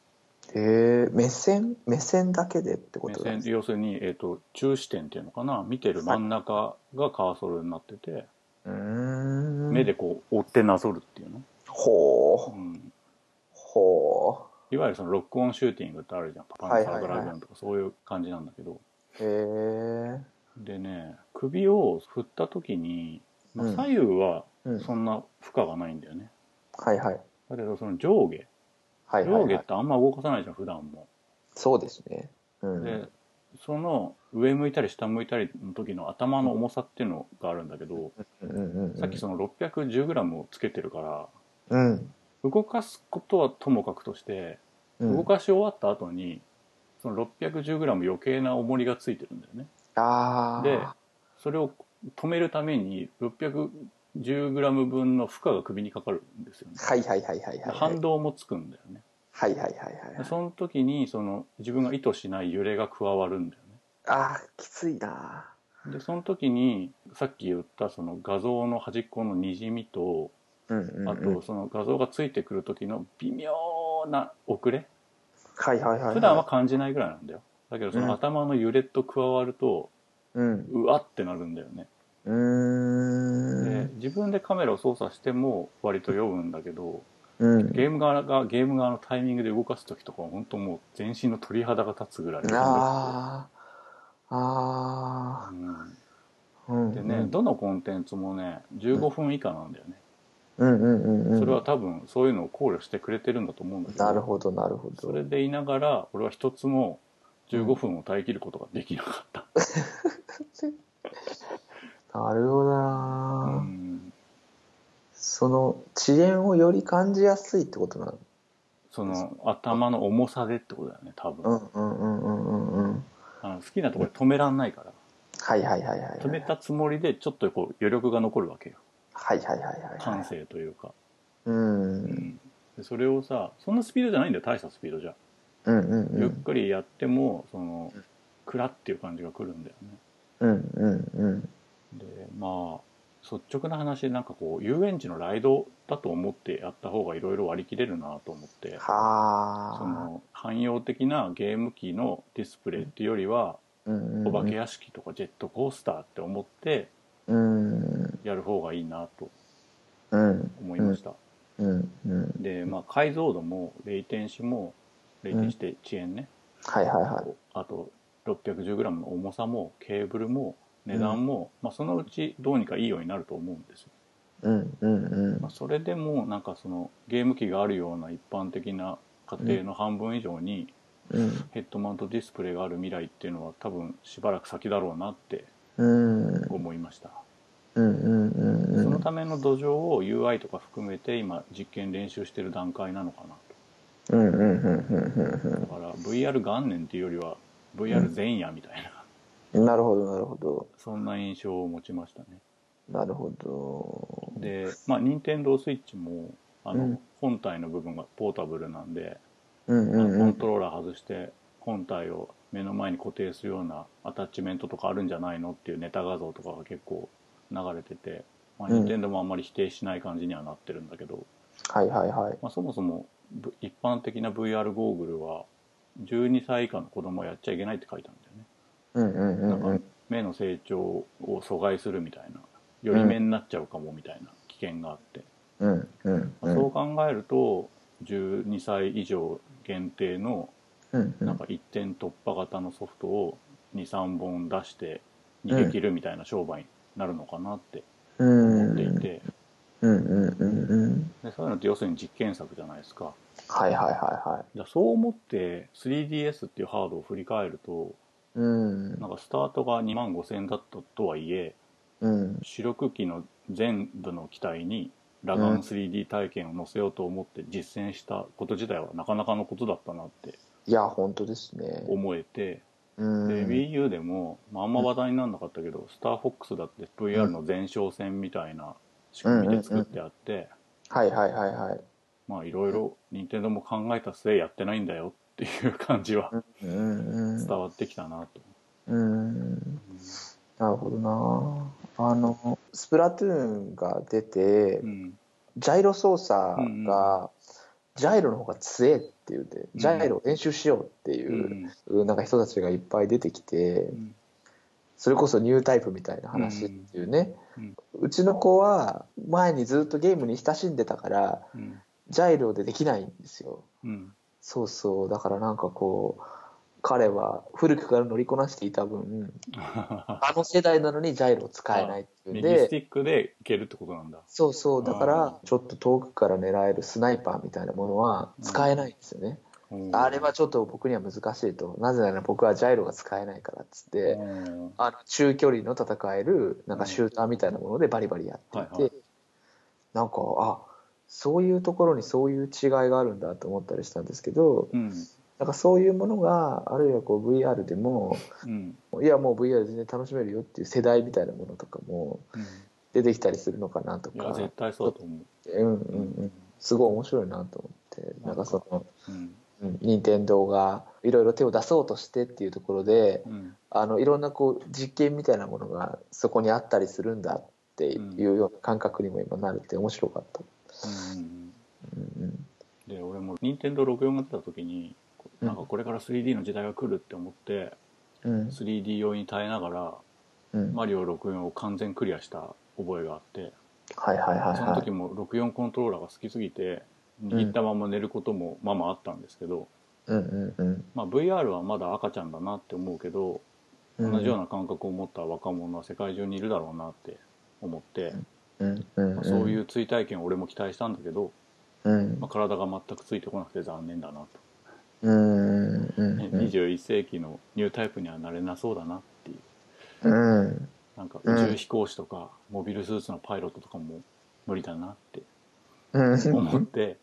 へえ目線目線だけでってこ目となん線です要するに、えー、と中視点っていうのかな見てる真ん中がカーソルになってて、うーん目でこう追ってなぞるっていうの、ほう、うんほいわゆるそのロックオンシューティングってあるじゃんパンサードライブンとかそういう感じなんだけど、うへえでね首を振った時に、まあうん左右はうんそんな負荷がないんだよね、はいはいだけどその上下はいはい上下はっいてあんま動かさないじゃん普段も、そうですねうんでその上向いたり下向いたりの時の頭の重さっていうのがあるんだけど、うんうんうんさっきその 610g をつけてるかうらん動かすことはともかくとしてうん動かし終わった後にその 610g 余計な重りがついてるんだよねああでそれを止めるために 610g 分の負荷が首にかかるんですよねはいはいはいはいはいではい反動もつくんだよねはいはいはいはでいその時にその自分が意図しない揺れが加わるんだよあーきついなねでその時にさっき言ったその画像の端っこのにじみとうんうんうんあとその画像がついてくる時の微妙な遅れはいはいはいはい普段は感じないぐらいなんだよだけどその頭の揺れと加わるとうんうわってなるんだよねうーでん自分でカメラを操作しても割と酔うんだけどうんゲーム側がゲーム側のタイミングで動かす時とかは本当もう全身の鳥肌が立つぐらいあああうんあうんでねどのコンテンツもね15分以下なんだよねうんうんうんうんそれは多分そういうのを考慮してくれてるんだと思うんだけどなるほどなるほどそれでいながら俺は一つも15分を耐え切ることができなかった、なるほどうな、ん、その遅延をより感じやすいってことなのその頭の重さでってことだよね多分、うんうんうんうんうんうんあの好きなところで止めらんないからはいはいはいはいはい止めたつもりでちょっとこう余力が残るわけよはいはいはいはいはい感性というか、うんううんんでそれをさそんなスピードじゃないんだよ大したスピードじゃ、うんうんうゆっんくりやってもそのうんクラっていう感じがくるんだよねうんうんでまあ率直な話なんかこう遊園地のライドだと思ってやった方がいろいろ割り切れるなと思ってそはあの汎用的なゲーム機のディスプレイっていうよりは、おお化け屋敷とかジェットコースターって思ってうんやる方がいいなとうん思いました、うんうんで、まあ、解像度もレイテンシもレイテンシって遅延ね、はいはいはいあと 610g の重さもケーブルも値段も、まあ、そのうちどうにかいいようになると思うんですようんうんうんまあ、それでもなんかそのゲーム機があるような一般的な家庭の半分以上にうんヘッドマウントディスプレイがある未来っていうのは多分しばらく先だろうなってうん思いました、うんうんうんそのうんための土壌を UI とか含めて今実験練習してる段階なのかなうんうんうんうんとだから VR 元年っていうよりは VR 前夜みたいな、うんなるほどなるほどそんな印象を持ちましたねなるほどでまあ任天堂スイッチもあの、うん本体の部分がポータブルなんで、うんうあのんうコンんトローラー外して本体を目の前に固定するようなアタッチメントとかあるんじゃないのっていうネタ画像とかが結構流れてて、まあ、うん任天堂もあんまり否定しない感じにはなってるんだけど、はいはいはいまあ、そもそもぶ一般的な VR ゴーグルは12歳以下の子供はやっちゃいけないって書いてあるんだよね。うんうんうなんんうんか目の成長を阻害するみたいな、より目になっちゃうかもみたいな危険があって、うんうんまあそう考えると12歳以上限定のうんうんなんか一点突破型のソフトを23本出して逃げ切るみたいな商売になるのかなってうん思っていて、うんうんうんうんでそういうのって要するに実験作じゃないですかはいはいはいはだからそう思って 3DS っていうハードを振り返るというんなんかスタートが2万5000円だったとはいえうん主力機の全部の機体にラガン 3D 体験を載せようと思って実践したこと自体はなかなかのことだったなっていや本当ですね思えて。うんで WiiU でも、まあ、あんま話題にならなかったけど、スターフォックスだって VR の前哨戦みたいな仕組みで作ってあって、はいはいはいはいまあいろいろ任天堂も考えた末やってないんだよっていう感じはうんうん伝わってきたなと。うんなるほどなあのスプラトゥーンが出てうん、ジャイロ操作うんがジャイロの方が強えって言うてジャイロ練習しようってういうんなんか人たちがいっぱい出てきてうんそれこそニュータイプみたいな話っていうねうんうちの子は前にずっとゲームに親しんでたからうんジャイロでできないんですようんそうそうだからなんかこう彼は古くから乗りこなしていた分あの世代なのにジャイロを使えないっていうん 右スでティックでいけるってことなんだ。そうそうだかあらちょっと遠くから狙えるスナイパーみたいなものは使えないんですよね、うんあれはちょっと僕には難しいとなぜなら僕はジャイロが使えないからっつって、うんあの中距離の戦えるなんかシューターみたいなものでバリバリやっていて、はいはいなんかあそういうところにそういう違いがあるんだと思ったりしたんですけどうんなんかそういうものがあるいはこう VR でもうんいやもう VR 全然楽しめるよっていう世代みたいなものとかもうん出てきたりするのかなといやか絶対そうだと思う。うんうんうん、すごい面白いなと思ってなんかそのうんうん任天堂がいろいろ手を出そうとしてっていうところでうんあのいろんなこう実験みたいなものがそこにあったりするんだっていうような感覚にも今なるって面白かった。うんうんうんうんで俺も任天堂64が出た時にうんなんかこれから 3D の時代が来るって思って、うん 3D 用に耐えながらうん、マリオ64を完全クリアした覚えがあってはいはいはいそのは時い。も64コントローラーが好きすぎて握ったまま寝ることもまあまああったんですけど、うんうんうんまあ、VR はまだ赤ちゃんだなって思うけどうん同じような感覚を持った若者は世界中にいるだろうなって思って、うんうんまうあんそういう追体験を俺も期待したんだけど、うんまあ、体が全くついてこなくて残念だなと。うんうんねうん21世紀のニュータイプにはなれなそうだなっていううんなんかうん宇宙飛行士とか、モビルスーツのパイロットとかも無理だなってうん思って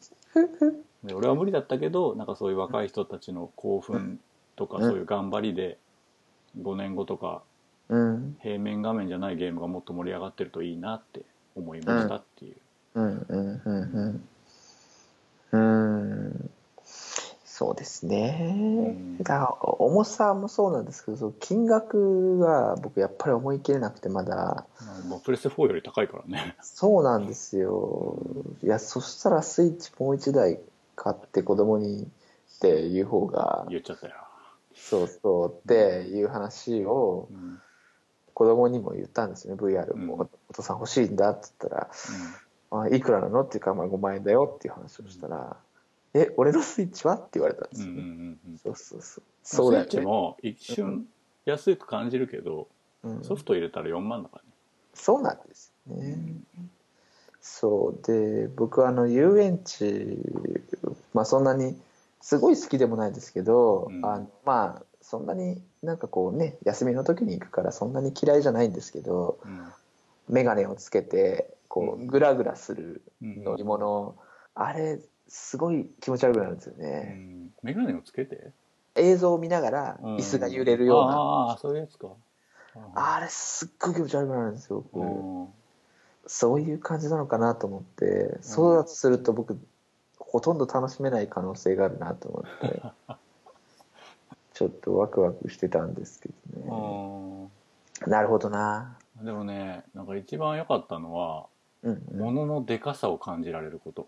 で俺は無理だったけどなんかそういう若い人たちの興奮とか、うんそういう頑張りで5年後とかうん平面画面じゃないゲームがもっと盛り上がってるといいなって思いましたっていう、うんうんうんうんうんそうですね、んだから重さもそうなんですけどその金額が僕やっぱり思い切れなくてまだまあまあプレステ4より高いからね そうなんですよいやそしたらスイッチもう一台買って子供にっていう方が言っちゃったよ、そうそうっていう話をうんうん子供にも言ったんですよね VR も、うんお父さん欲しいんだって言ったらあいくらなのっていうから、まあ、5万円だよっていう話をしたら、え、俺のスイッチはって言われたんですうんうよ、んうねんうんそうそうそう。そうだよスイッチね。も一瞬安く感じるけど、うんソフト入れたら4万だからねそうなんですよね。そうで僕はあの遊園地、まあ、そんなにすごい好きでもないですけど、うんあのまあそんなになんかこうね休みの時に行くからそんなに嫌いじゃないんですけどうん眼鏡をつけてこううんグラグラするうん乗り物、あれすごい気持ち悪くなるんですようね、ん眼鏡をつけて映像を見ながらうん椅子が揺れるような、あーあーそういうやつかあれすっごい気持ち悪くなるんですよ、僕うんそういう感じなのかなと思ってそうだとすると僕ほとんど楽しめない可能性があるなと思 ってちょっとワクワクしてたんですけあどーねなるほどなでもねなんか一番良かったのはうんうん物のでかさを感じられること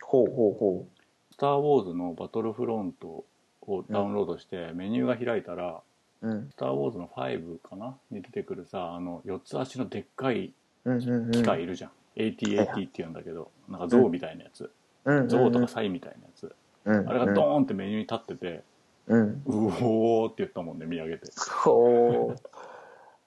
ほうほうほ「スター・ウォーズ」の「バトルフロント」をダウンロードしてメニューが開いたらううん「スター・ウォーズ」の5かなに出てくるさあの4つ足のでっかいうんうんうん機械いるじゃん、AT-AT って言うんだけどなんか象みたいなやつ、うんうん象とかサイみたいなやつ、うんあれがドーンってメニューに立ってて、うんうおーって言ったもんね見上げてほう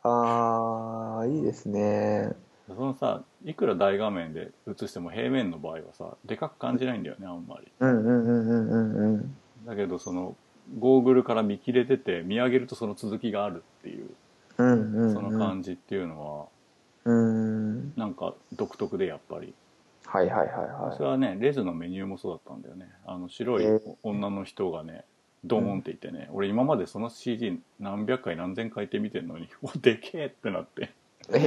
あーいいですねそのさいくら大画面で映しても平面の場合はさでかく感じないんだよねあんまりうんうんうんうんうんうんだけどそのゴーグルから見切れてて見上げるとその続きがあるっていううんうんうんその感じっていうのうんはなんか独特でやっぱりはいはいはいはそれはねレズのメニューもそうだったんだよねあの白い女の人がねドーンっていてね俺今までその CG 何百回何千回って見てんのに 「おでけえ!」ってなって、いへ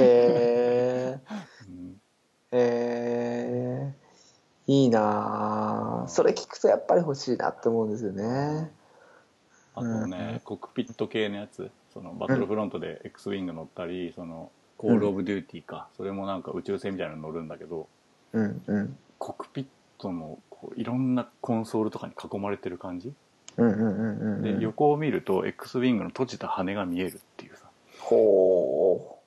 えうんえー、いいなあそれ聞くとやっぱり欲しいなって思うんですよね。あとね、コックピット系のやつそのバトルフロントで X ウィング乗ったりそのコール・オブ・デューティーか、それもなんか宇宙船みたいなの乗るんだけどうんうんコックピットのこういろんなコンソールとかに囲まれてる感じうんうんうんうんうでん。横を見ると X ウィングの閉じた羽が見えるっていうさ、ほ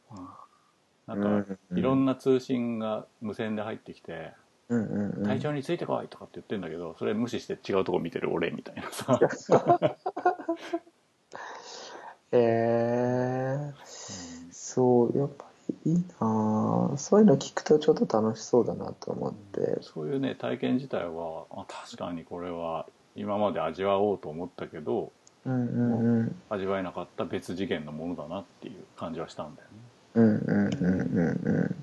なんか、いろな。んな通信が無線で入ってきてうんうんうん。「体調についてこい!」とかって言ってんだけどそれ無視して違うとこ見てる俺みたいなさ えー、そうやっぱりいいなあそういうの聞くとちょっと楽しそうだなと思って。 そういうね体験自体はあ確かにこれは今まで味わおうと思ったけどうんうんうん。味わえなかった別次元のものだなっていう感じはしたんだよね。うんうんうんうんうん。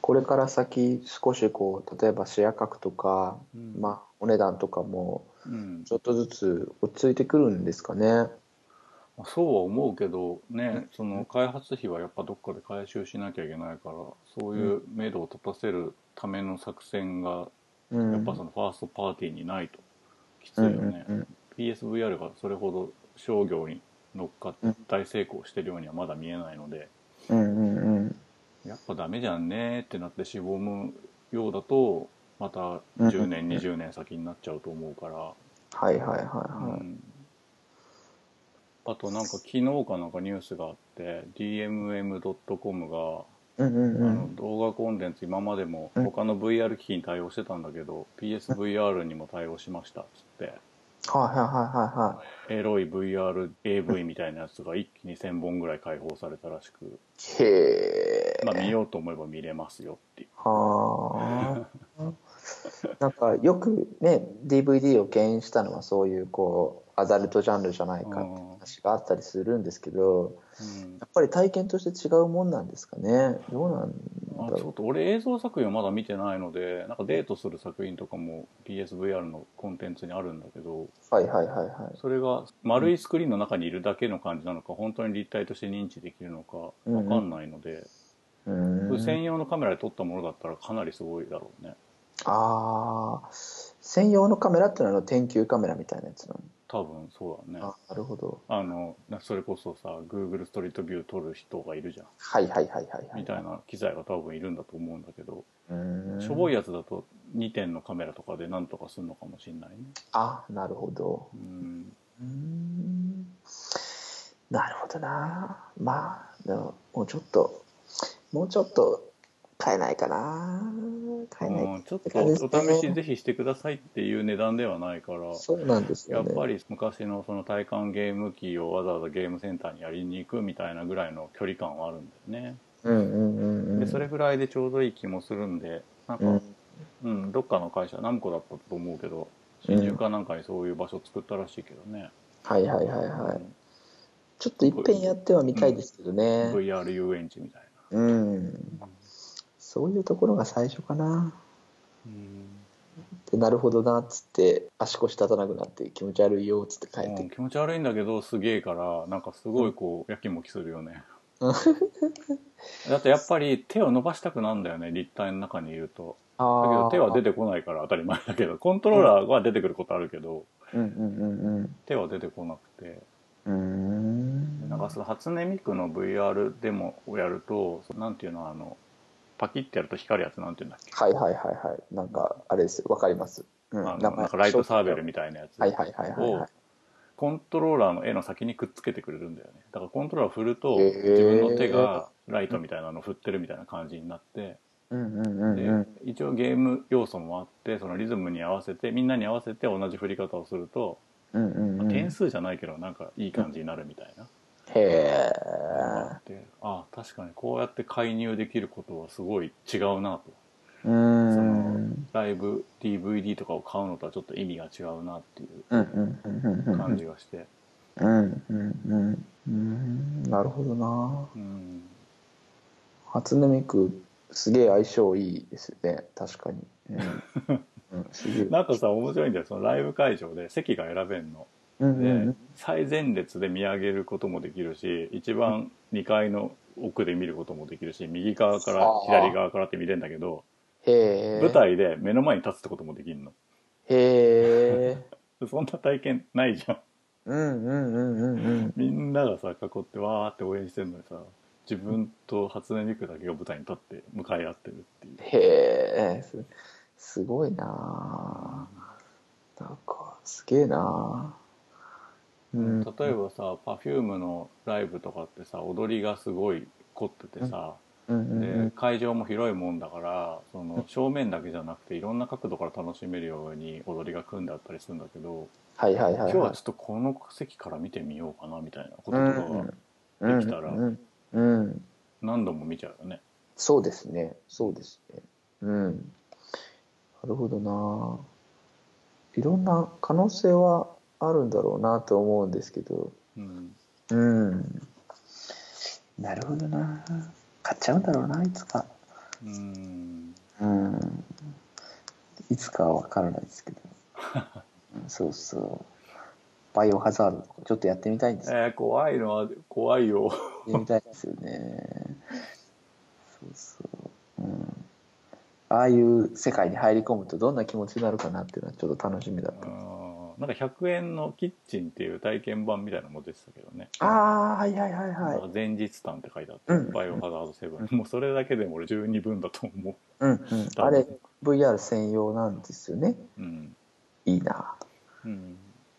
これから先少しこう例えばシェア額とか、うんまあお値段とかもうんちょっとずつ落ち着いてくるんですかね。まあそうは思うけどねその開発費はやっぱどっかで回収しなきゃいけないからそういう目処を立たせるための作戦がうん、やっぱそのファーストパーティーにないときついよね、うんうん PSVR がそれほど商業に乗っかうんって大成功してるようにはまだ見えないのでうんうんうんやっぱダメじゃんねってなってしぼむようだとまた10年うん20年先になっちゃうと思うから、はいはいはいうんはい。あとなんか昨日かなんかニュースがあって DMM.com がうんうんあうのん。動画コンテンツ今までもうん他の VR 機器に対応してたんだけど PSVR にも対応しましたっつってはいはいはいはいはエロい VRAV みたいなやつが一気に1000本ぐらい解放されたらしく、い。へえ。まあ、見ようと思えば見れますよっていうは あ。なんかよくね DVD を牽引したのはそういうこうアダルトジャンルじゃないかって話があったりするんですけどうんやっぱり体験として違うもんなんですかねどうなんあだちょろっと俺映像作品はまだ見てないのでなんかデートする作品とかも PSVR のコンテンツにあるんだけどうはいはいはいはいそれが丸いスクリーンの中にいるだけの感じなのか本当に立体として認知できるのかうんう分んかんないので、うこれーん専用のカメラで撮ったものだったらかなりすごいだろうねああ専用のカメラっていうのはあの天球カメラみたいなやつなの多分そうだねあなるほどあのなそれこそさ Google ストリートビュー撮る人がいるじゃんはいはいはいはいはいみたいな機材が多分いるんだと思うんだけど、うーんしょぼいやつだと2点のカメラとかでなんとかするのかもしれないね。あなるほどうんうーんなるほどなまあでももうちょっともうちょっと買えないかな買えないうんちょっって感じですとねお試しぜひしてくださいっていう値段ではないから、そうなんですやよっねぱり昔のその体感ゲーム機をわざわざゲームセンターにやりに行くみたいなぐらいの距離感はあるんだよね。うんうんうんうんでそれぐらいでちょうどいい気もするんでなんか、うんうん、どっかの会社ナムコだったと思うけど新宿かなんかにそういう場所作ったらしいけどね、はいはいはいはいちょっといっぺんやってはみたいですけどうんね VR 遊園地みたいうんな、そういうところが最初かなうんでなるほどなっつって足腰立たなくなって気持ち悪いよっつって帰ってうん気持ち悪いんだけどすげえからなんかすごいこうやきもきするよねうんだってやっぱり手を伸ばしたくなんだよね立体の中にいるとだけあどあ手は出てこないから当たり前だけどコントローラーは出てくることあるけど、うんうん手は出てこなくてうんうんうーんなんかその初音ミクの VR デモをやるとなんていうのあのパキッてやると光るやつなんていうんだっけ、はいはいはいはいなんかあれですわかります、うん、あのなんかライトサーベルみたいなやつはいはいはいはい、はをい、コントローラーの絵の先にくっつけてくれるんだよねだからコントローラー振るとへ自ー分の手がライトみたいなのを振ってるみたいな感じになってうんうんうんでうん一応ゲーム要素もあってそのリズムに合わせてみんなに合わせて同じ振り方をすると、うんうんうん点数じゃないけどなんかいい感じになるみたいなへえあってあ確かにこうやって介入できることはすごい違うなとうーんそうんのライブ DVD とかを買うのとはちょっと意味が違うなっていうんうんうんううん感じがして、うんうんうんなるほどなうん、初音ミクすげえ相性いいですよね確かに、うん、うんすげえなんかさ面白いんだよそのライブ会場で席が選べんのうんうで、ん最前列で見上げることもできるし一番2階の奥で見ることもできるし右側からあー左側からって見れるんだけどへえ舞台で目の前に立つってこともできるのへえそんな体験ないじゃん うんうんうんうんうんみんながさ囲ってわーって応援してるのにさ自分と初音ミクだけが舞台に立って向かい合ってるっていうへえすすごいなあなんかすげえなあうん例えばさ Perfume のライブとかってさ踊りがすごい凝っててさ、うんうんうんで会場も広いもんだからその正面だけじゃなくていろんな角度から楽しめるように踊りが組んであったりするんだけどはいはいはい今い日はちょっとこの席から見てみようかなみたいなこととかができたうらんうんうんうん何度も見ちゃうよね。そうですね、そうですね。うん。なるほどな。いろんな可能性はあるんだろうなと思うんですけど。うんうん。なるほどな。買っちゃうんだろうな、いつか。うんうん。いつかは分からないですけ ど。うんそうそう。バイオハザードとかちょっとやってみたいんですけどえー怖いのは怖いよ。 やりたいですよね。そうそう。うん。ああいう世界に入り込むとどんな気持ちになるかなっていうのはちょっと楽しみだっうた。んなんか100円のキッチンっていう体験版みたいなのも出てたけどね。ああ、はいはいはいなんかはい。前日短って書いてあっうたんバイオハザード7」もう それだけでも俺十二分だと思うんうん。多分あれ、VR 専用なんですよね。ううんいいな。うん、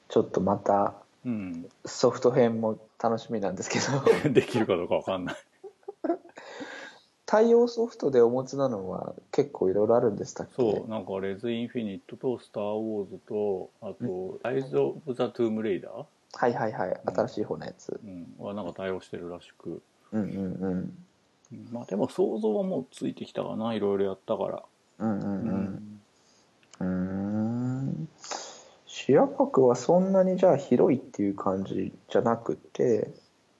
ちょっとまたうん、 ソフト編も楽しみなんですけ ど、できるかどうかわかんない対応ソフトでお持ちなのは結構いろいろあるんでしたっけそうなんか「レズ・インフィニット」と「スター・ウォーズ」とあと「アイズ・オブ・ザ・トゥーム・レイダーはいはいはい。新しい方のやつ」。うんはなんか対応してるらしくうんうんうん。うんまあでも想像はもうついてきたかないろいろやったからうんううんうん。うーん視野角はそんなにじゃあ広いっていう感じじゃなくて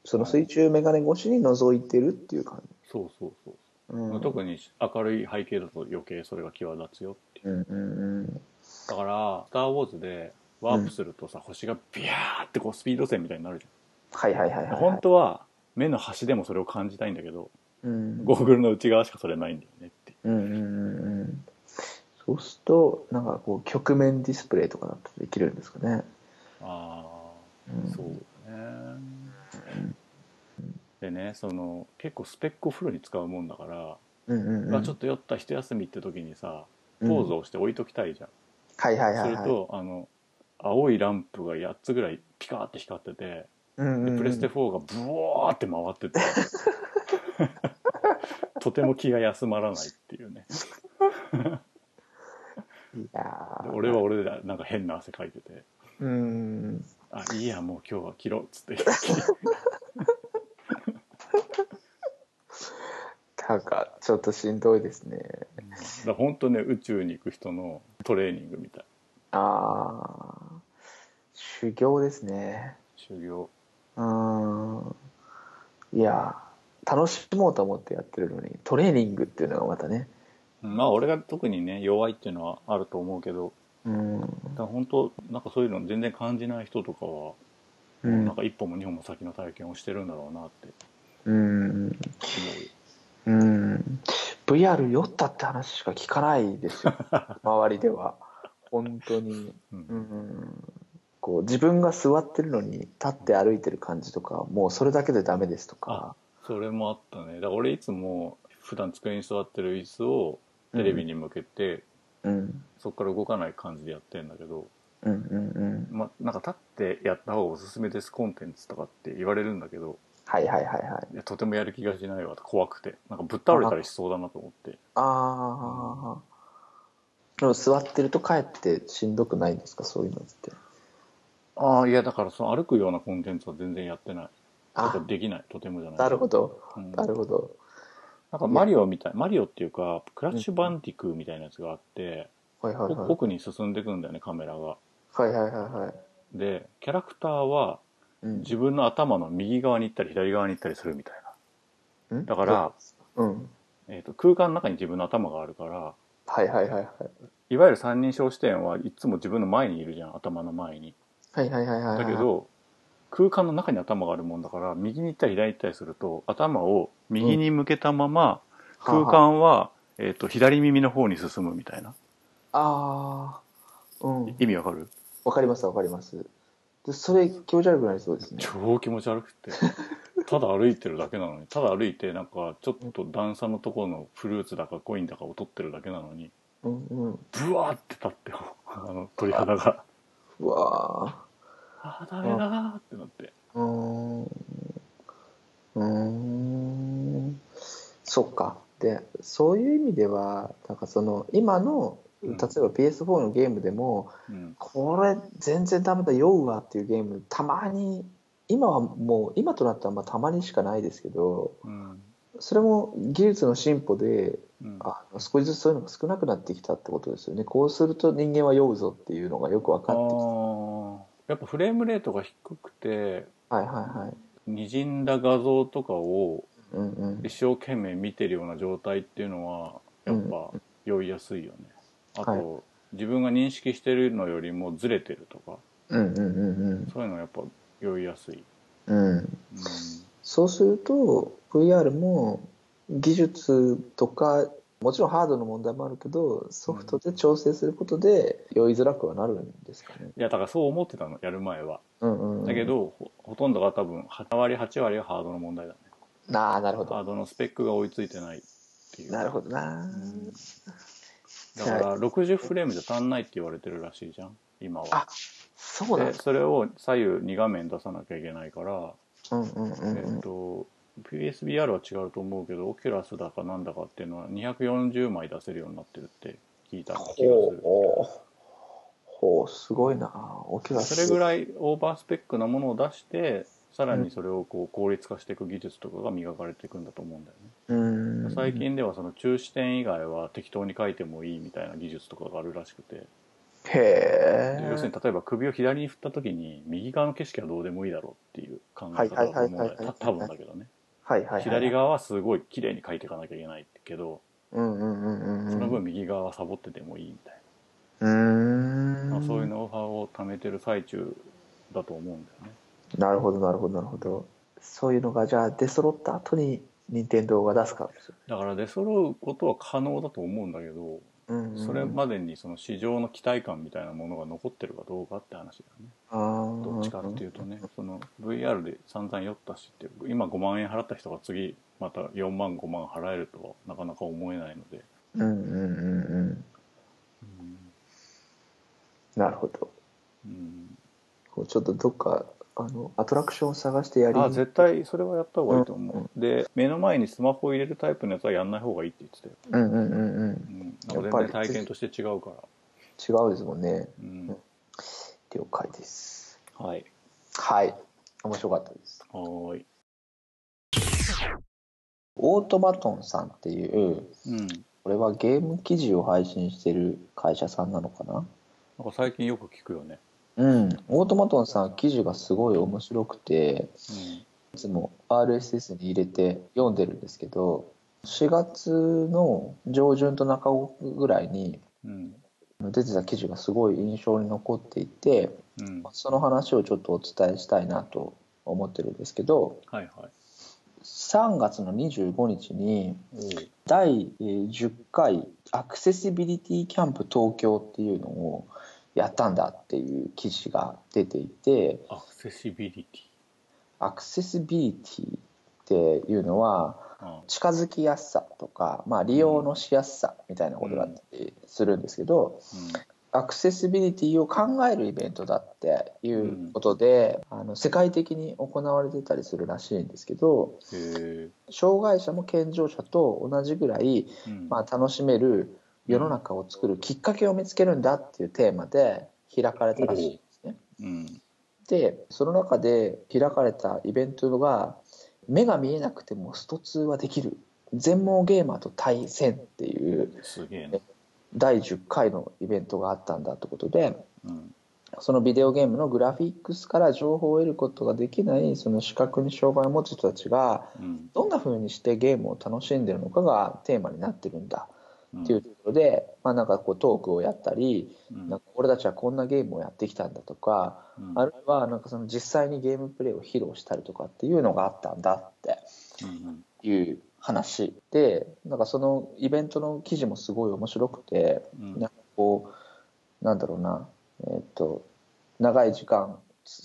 その水中メガネ越しに覗いてるっていう感じ、そうそうそう、うん、特に明るい背景だと余計それが際立つよっていううんうんうんだから「スター・ウォーズ」でワープするとさ、星がビャーってこうスピード線みたいになるじゃんはいはいはいはい、はい、本当は目の端でもそれを感じたいんだけどうんゴーグルの内側しかそれないんだよねってうんうんうんうんそうするとなんかこう局面ディスプレイとかだとできるんですかね、あうあん、そうだねでねその結構スペックをフルに使うもんだから、うんうんうんまあ、ちょっと酔った一休みって時にさポーズをして置いときたいじゃん、はいはいはい、はい、するとあの青いランプが8つぐらいピカーって光っててうんうんうん、でプレステ4がブワーって回ってて とても気が休まらないっていうねいやでー俺は俺でなんか変な汗かいててうんあいいやもう今日 は切ろうっつっていなんかちょっとしんどいですねだ本当ね宇宙に行く人のトレーニングみたいああ修行ですね修行うんいや楽しもうと思ってやってるのにトレーニングっていうのがまたねまあ俺が特にね弱いっていうのはあると思うけどうんだから本当なんかそういうの全然感じない人とかは、うんなんか一歩も二歩も先の体験をしてるんだろうなってうん思ううん VR 酔ったって話しか聞かないです よ周りでは本当にうんうんこう自分が座ってるのに立って歩いてる感じとかもうそれだけでダメですとかそれもあったねだから俺いつも普段机に座ってる椅子をテレビに向けて、うんそこから動かない感じでやってんだけど、うんうんうんまあ、なんか立ってやった方がおすすめですコンテンツとかって言われるんだけどはいはいはいはいいやとてもやる気がしないわ怖くてなんかぶっ倒れたりしそうだなと思ってああでも座ってるとかえってしんどくないんですかそういうのってああいやだからその歩くようなコンテンツは全然やってないだからあできないとてもじゃないなるほどうんなるほどなんかマリオみたいマリオっていうかクラッシュバンティクーみたいなやつがあって、はいはいはい奥に進んでいくんだよねカメラがはいはいはいはいでキャラクターはうん自分の頭の右側に行ったり左側に行ったりするみたいうんだからうんな、えー、と空間の中に自分の頭があるからはいはいはいはいいわゆる三人称視点はいつも自分の前にいるじゃん頭の前にはいはいはいはいはいだけど空間の中に頭があるもんだから右に行ったり左に行ったりすると頭を右に向けたまま空は間は、えー、と左耳の方に進むみたいなああうん意味わかるわかりますわかりますでそれ気持ち悪くなりそうですね超気持ち悪く てただ歩いてるだけなのにただ歩いてなんかちょっと段差のところのフルーツだかコインだかを取ってるだけなのにうんうんブワーって立って よあの鳥肌がうわあーダメだーってなってーうーんうーんそっかでそういう意味ではなんかその今の例うえんば PS4 のゲームでも、うんこれ全然ダメだ酔うわっていうゲームたまに今はもう今となってはまあたまにしかないですけどうんそれも技術の進歩でうんあの少しずつそういうのが少なくなってきたってことですよねこうすると人間は酔うぞっていうのがよく分かあってきーやっぱフレームレートが低くてたはいはいはい滲んだ画像とかをうんうん一生懸命見てるような状態っていうのはやっぱ酔いやすいよね。あと、はい自分が認識してるのよりもずれてるとかうんうんうんそういうのはやっぱ酔いやすい。うんうんうんそうすると VR も技術とかもちろんハードの問題もあるけどソフトで調整することで酔いづらくはなるんですかねいやだからそう思ってたのやる前はうんうんうんだけど、ほほとんどが多分8割8割はハードの問題だねなあなるほハどードのスペックが追いついてないっていうなるほどな、うんだから60フレームじゃ足んないって言われてるらしいじゃん今はあそうなんでですそれを左右2画面出さなきゃいけないから、うんうんうんえっと PSVR は違うと思うけどオキュラスだかなんだかっていうのは240枚出せるようになってるって聞いた気がすほうるほうほうすごいなお気がそれぐらいオーバースペックなものを出してさらにそれをこう効率化していく技術とかが磨かれていくんだと思うんだよね、うん最近ではその中視点以外は適当に書いてもいいみたいな技術とかがあるらしくてへでえ要するに例えば首を左に振った時に右側の景色はどうでもいいだろうっていう考え方だとは思うんだいはいはいはよいはいた多分だけどねはいはいはい左側はすごい綺麗に描いていかなきゃいけないけどうんうんうんうんうんその分右側はサボっててもいいみたいうーんな、まあそういうノウハウを貯めてる最中だと思うんだよねなるほどなるほどなるほどそういうのがじゃあ出揃った後に任天堂が出すかもしれだから出揃うことは可能だと思うんだけどない、うんうんそれまでにその市場の期待感みたいなものが残ってるかどうかって話だよねどどっちかっていうとねその VR で散々酔ったしっていう今5万円払った人が次また4万5万払えるとはなかなか思えないので、うんうんうんうんなるほどうんこうちょっとどっかあのアトラクションを探してやりにあ絶対それはやった方がいいと思う、うんで目の前にスマホを入れるタイプのやつはやんない方がいいって言ってたうよ、んうんうんうんうん、やっぱりなんか全然体験として違うから、違うですもんねうん、了解ですはいはい面白かったですはーいオートマトンさんっていううん、なんこれはゲーム記事を配信してる会社さんなのかなか最近よく聞くよね、うんオートマトンさん記事がすごい面白くていつも RSS に入れて読んでるんですけど4月の上旬と中頃ぐらいにうんうん出てた記事がすごい印象に残っていてうんその話をちょっとお伝えしたいなと思ってるんですけどはいはい3月の25日におう第えー10回アクセシビリティキャンプ東京っていうのをやったんだっていう記事が出ていてアクセシビリティアクセシビリティっていうのはあ近づきやすさとか、まあ、利用のしやすさみたいなことだったりするんですけど、アクセシビリティを考えるイベントだっていうことで、あの世界的に行われてたりするらしいんですけどうんへえ障害者も健常者と同じぐらい、うんまあ、楽しめる世の中を作るきっかけを見つけるんだっていうテーマで開かれたらしいんですね。うんでその中で開かれたイベントが「目が見えなくてもスト2はできる全盲ゲーマーと対戦」っていうすげえな第10回のイベントがあったんだってことで。うんそのビデオゲームのグラフィックスから情報を得ることができないその視覚に障害を持つ人たちがうんどんな風にしてゲームを楽しんでるのかがテーマになってるんだうんっていうところで、まあ、なんかこうトークをやったりうんなんか俺たちはこんなゲームをやってきたんだとかうんあるいはなんかその実際にゲームプレイを披露したりとかっていうのがあったんだってうんいう話でなんかそのイベントの記事もすごい面白くて。うんなんかこうなんだろうな、えーっと長い時間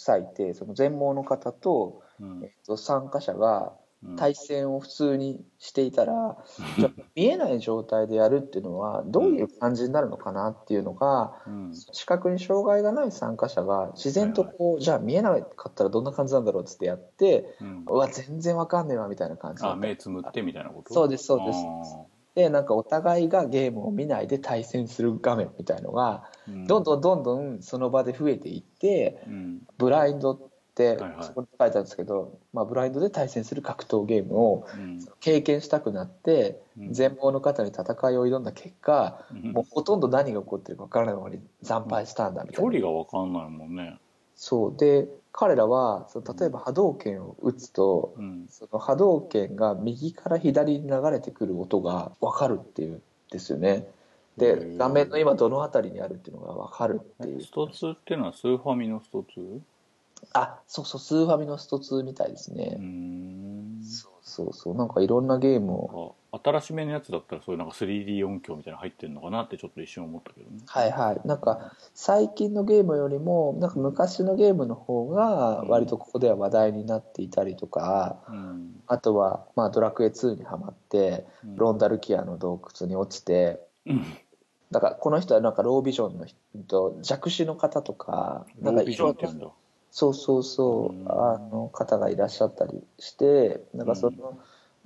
割いてその全盲の方と,、うんえーっと参加者がうん対戦を普通にしていた ら、じゃあ見えない状態でやるっていうのはどういう感じになるのかなっていうのが、うん視覚に障害がない参加者が自然とこう、じゃあ見えなかったらどんな感じなんだろうっつってやってうんうわ全然わかんねえわみたいな感じだあった目つむってみたいなことそうですそうですあでなんかお互いがゲームを見ないで対戦する画面みたいのが。ーうどんどんどんどんその場で増えていってうんブラインドってはいはいそこに書いてあるんですけど、まあ、ブラインドで対戦する格闘ゲームをうん経験したくなってうん全盲の方に戦いを挑んだ結果、うんもうほとんど何が起こってるか分からないままに惨敗したんだみたい距な、離が分かんないもんねそうで彼らはその例えば波動拳を打つと、うんその波動拳が右から左に流れてくる音が分かるっていうんですよねへでー画面の今どの辺りにあるっていうのが分かるっていうストツーっていうのはスーファミのストツーあそうそうスーファミのスト2みたいですね、うーんそうそうそうなんかいろんなゲームをなんか新しめのやつだったらそういうなんか 3D 音響みたいなの入ってるのかなってちょっと一瞬思ったけどねはいはいなんか最近のゲームよりもなんか昔のゲームの方が割とここでは話題になっていたりとか、うんあとは、まあ、ドラクエ2にはまってうんロンダルキアの洞窟に落ちてうんだからこの人はなんかロービジョンの人弱視の方とかなロんかービいジョンろっんてな言うんだそうそうそうう、んあの方がいらっしゃったりして、なんかその、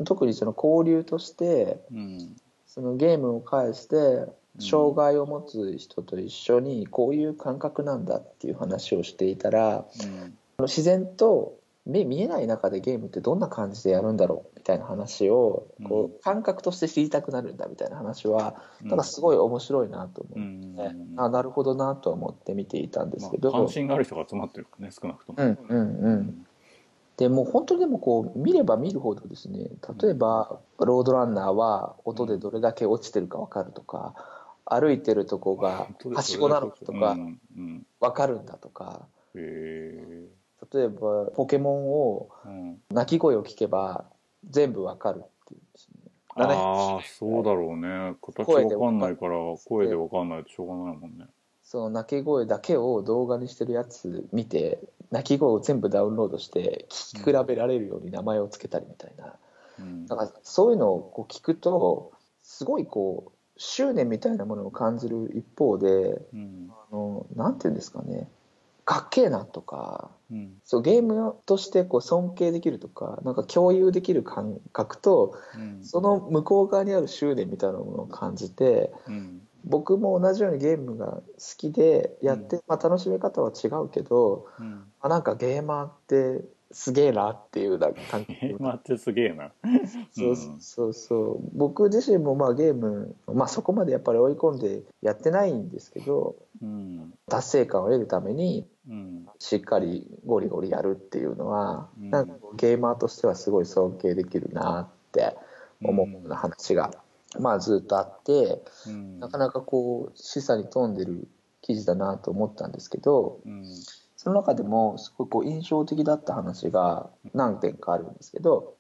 特にその交流として、うんそのゲームを介して、障害を持つ人と一緒にこういう感覚なんだっていう話をしていたら、うん自然と目見えない中でゲームってどんな感じでやるんだろうみたいな話を、こうう感覚として知りたくなるんだみたいな話は、うんなんかすごい面白いなと思うって、んあなるほどなと思って見ていたんですけど。まあ関心がある人が集まってるからね少なくともうんうんうん、でもう本当にでもこう見れば見るほどですね例えばロードランナーは音でどれだけ落ちてるか分かるとか歩いてるとこがはしごなのかとうかんうん分かるんだとかへえ例えばポケモンをうん鳴き声を聞けば全部分かるっていうんですね。ああそうだろうね形わかんないから声でわかんないとしょうがないもんねその鳴き声だけを動画にしてるやつ見て鳴き声を全部ダウンロードして聞き比べられるように名前をつけたりみたいな、うんだからそういうのをこう聞くとすごいこう執念みたいなものを感じる一方でうんあのなんていうんですかねかっけえなとかうんそうゲームとしてこう尊敬できるとかなんか共有できる感覚とうんその向こう側にある執念みたいなものを感じてうん僕も同じようにゲームが好きでやって、まあ、楽しみ方は違うけどうんあなんかゲーマーってすげえなっていうなんか感覚 ゲーマーってすげえな。そうそうそう僕自身もまあゲーム、まあ、そこまでやっぱり追い込んでやってないんですけどうん。達成感を得るためにうん。しっかりゴリゴリやるっていうのは、うんなんかこうゲーマーとしてはすごい尊敬できるなって思うような話が、まあずっとあってうん。なかなかこう示唆に富んでる記事だなと思ったんですけどうん。その中でもすごいこう印象的だった話が何点かあるんですけど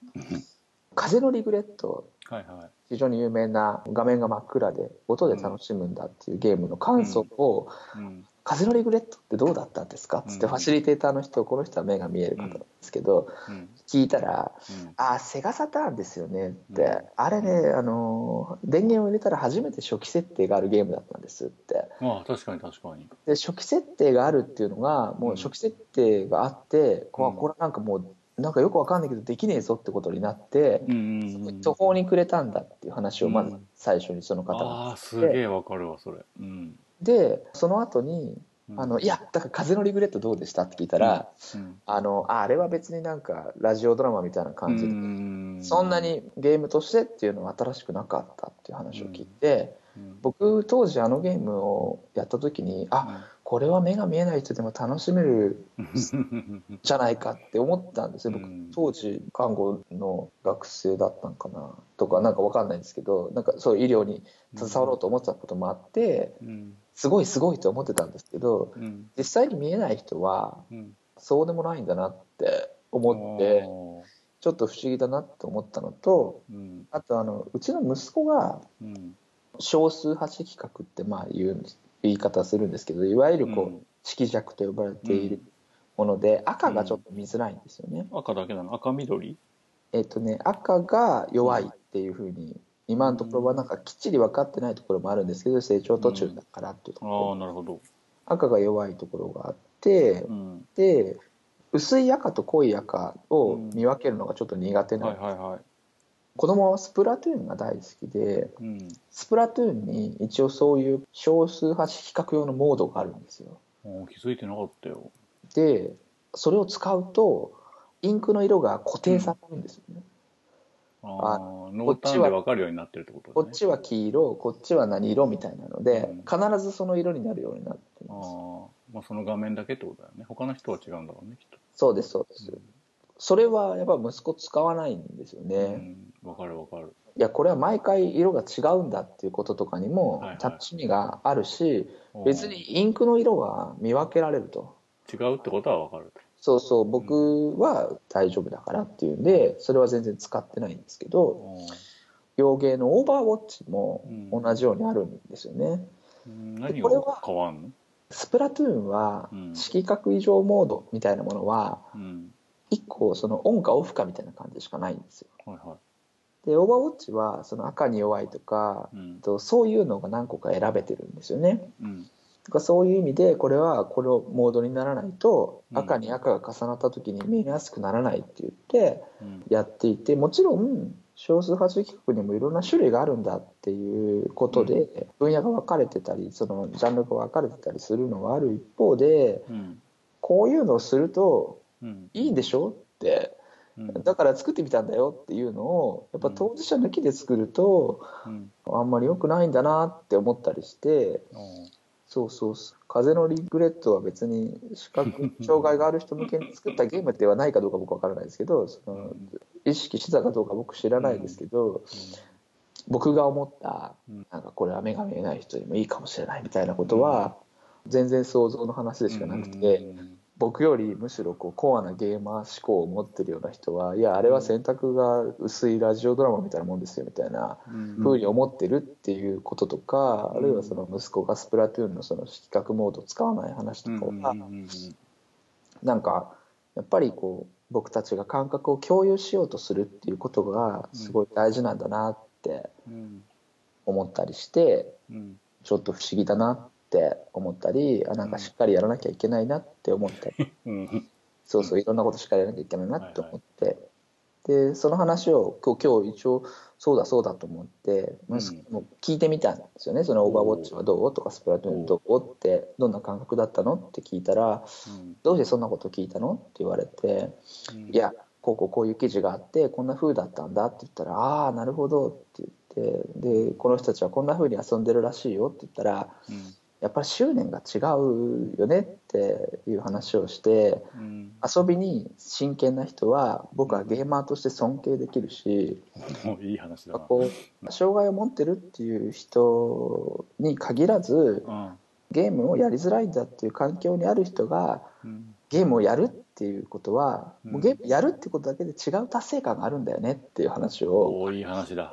「風のリグレット」はいはい。非常に有名な画面が真っ暗で音で楽しむんだっていうゲームの感想をうん。 「風のリグレットってどうだったんですか?」っつってうんファシリテーターの人この人は目が見える方なんですけどうん。聞いたらう「んああセガサターンですよね」ってうん「あれねあのー電源を入れたら初めて初期設定があるゲームだったんです」ってああ、確かに確かに。で初期設定があるっていうのがもう初期設定があってこうんこれなんかもうなんかよくわかんないけどできねえぞってことになってうんうんうん。途方に暮れたんだっていう話をまうずん最初にその方がああ、すげえわかるわ、それ。うん。でその後にうんあのいやだから「風のリグレットどうでした?」って聞いたら、うんあのああれは別になんかラジオドラマみたいな感じで、うんそんなにゲームとしてっていうのは新しくなかったっていう話を聞いて、うん僕当時あのゲームをやった時にあこれは目が見えない人でも楽しめるうんじゃないかって思ったんですよ僕、うん当時看護の学生だったのかなとかなんかわかんないんですけどなんかそういう医療に携わろうと思ってたこともあってうんすごいすごいと思ってたんですけど、うん実際に見えない人はうんそうでもないんだなって思ってちょっと不思議だなって思ったのとうんあとあのうちの息子がうん少数派色覚ってまあ言うんです言い方するんですけどいわゆるこう、うん色弱と呼ばれているもので赤がちょっと見づらいんですよね。赤だけなの赤緑えっとね赤が弱いっていうふうに今のところはなんかきっちり分かってないところもあるんですけど成長途中だからっていうとこああろなるほど、赤が弱いところがあってうん、で薄い赤と濃い赤を見分けるのがちょっと苦手な、はいはいはい子供はスプラトゥーンが大好きでうんスプラトゥーンに一応そういう少数派比較用のモードがあるんですよおー気づいてなかったよでそれを使うとインクの色が固定されるんですよね、あああ濃淡で分かるようになってるってことこだっねちは黄色こっちは何色みたいなので、うん必ずその色になるようになってあますあまあその画面だけってことだよね他の人は違うんだろうねきっとそうですそうです、それはやっぱ息子使わないんですよね、うん分かる分かるいやこれは毎回色が違うんだっていうこととかにもはいはい楽しみがあるし、おー別にインクの色が見分けられると違うってことは分かるそうそう僕は大丈夫だからっていうんでそれは全然使ってないんですけどおー洋芸のオーバーウォッチもうん同じようにあるんですよね、うん何これがは変わんのスプラトゥーンはうん色覚異常モードみたいなものはうん1個そのオンかオフかみたいな感じしかないんですよはいはでオーバーウォッチはその赤に弱いとかいうんとそういうのが何個か選べてるんですよねうんとかそういう意味でこれはこのモードにならないとうん赤に赤が重なった時に見えやすくならないって言ってうんやっていてもちろん少数派主義国にもいろんな種類があるんだっていうことで分野が分かれてたりそのジャンルが分かれてたりするのはある一方でうんこういうのをするとうんいいんでしょってうんだから作ってみたんだよっていうのをやっぱ当事者抜きで作るとうんあんまり良くないんだなって思ったりしておーそうそうそう風のリグレットは別に視覚障害がある人向けに作ったゲームではないかどうか僕わからないですけどそうのん意識してたかどうか僕知らないですけど、僕が思ったうんなんかこれは目が見えない人にもいいかもしれないみたいなことは全然想像の話でしかなくて、うん僕よりむしろこうコアなゲーマー思考を持ってるような人はいやあれは選択が薄いラジオドラマみたいなもんですよみたいな。うんふうに思ってるっていうこととか、うんあるいはその息子がスプラトゥーンのその比較モードを使わない話とかは、うんうんうんうんなんかやっぱりこう僕たちが感覚を共有しようとするっていうことがすごい大事なんだなってうん思ったりしてうんちょっと不思議だなって思ったりあなんかしっかりやらなきゃいけないなって思ったり、うんそうそういろんなことしっかりやらなきゃいけないなって思ってでその話を今日今日一応そうだそうだと思って、うんもう聞いてみたんですよね「そのオーバーウォッチはどう?」とか「スプラトゥーンどう?」ってどんな感覚だったのって聞いたらうん「どうしてそんなこと聞いたの?」って言われてう「んいやこうこうこういう記事があってこんな風だったんだ」って言ったら「ああなるほど」って言ってで「この人たちはこんな風に遊んでるらしいよ」って言ったら「うんやっぱり執念が違うよね」っていう話をして。うん遊びに真剣な人は僕はゲーマーとして尊敬できるし、もういい話だなこう障害を持ってるっていう人に限らずうんゲームをやりづらいんだっていう環境にある人がうんゲームをやるっていうことは、うんもうゲームやるってことだけで違う達成感があるんだよねっていう話をおーいい話だ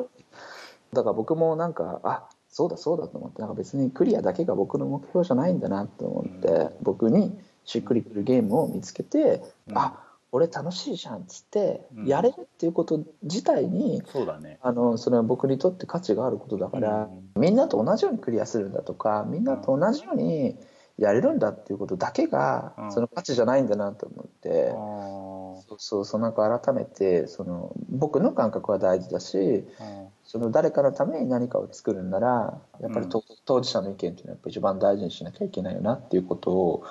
だから僕もなんかあそうだそうだと思ってなんか別にクリアだけが僕の目標じゃないんだなと思って、う僕にしっくりくるゲームを見つけて、うんあ俺楽しいじゃんっつって、うんやれるっていうこと自体にそうだねあのそれは僕にとって価値があることだから、みんなと同じようにクリアするんだとかみんなと同じようにやれるんだっていうことだけが、うんその価値じゃないんだなと思って。あーそうそうそうなんか改めてその僕の感覚は大事だしうんその誰かのために何かを作るんならやっぱりと、当事者の意見っていうのはやっぱ一番大事にしなきゃいけないよなっていうことを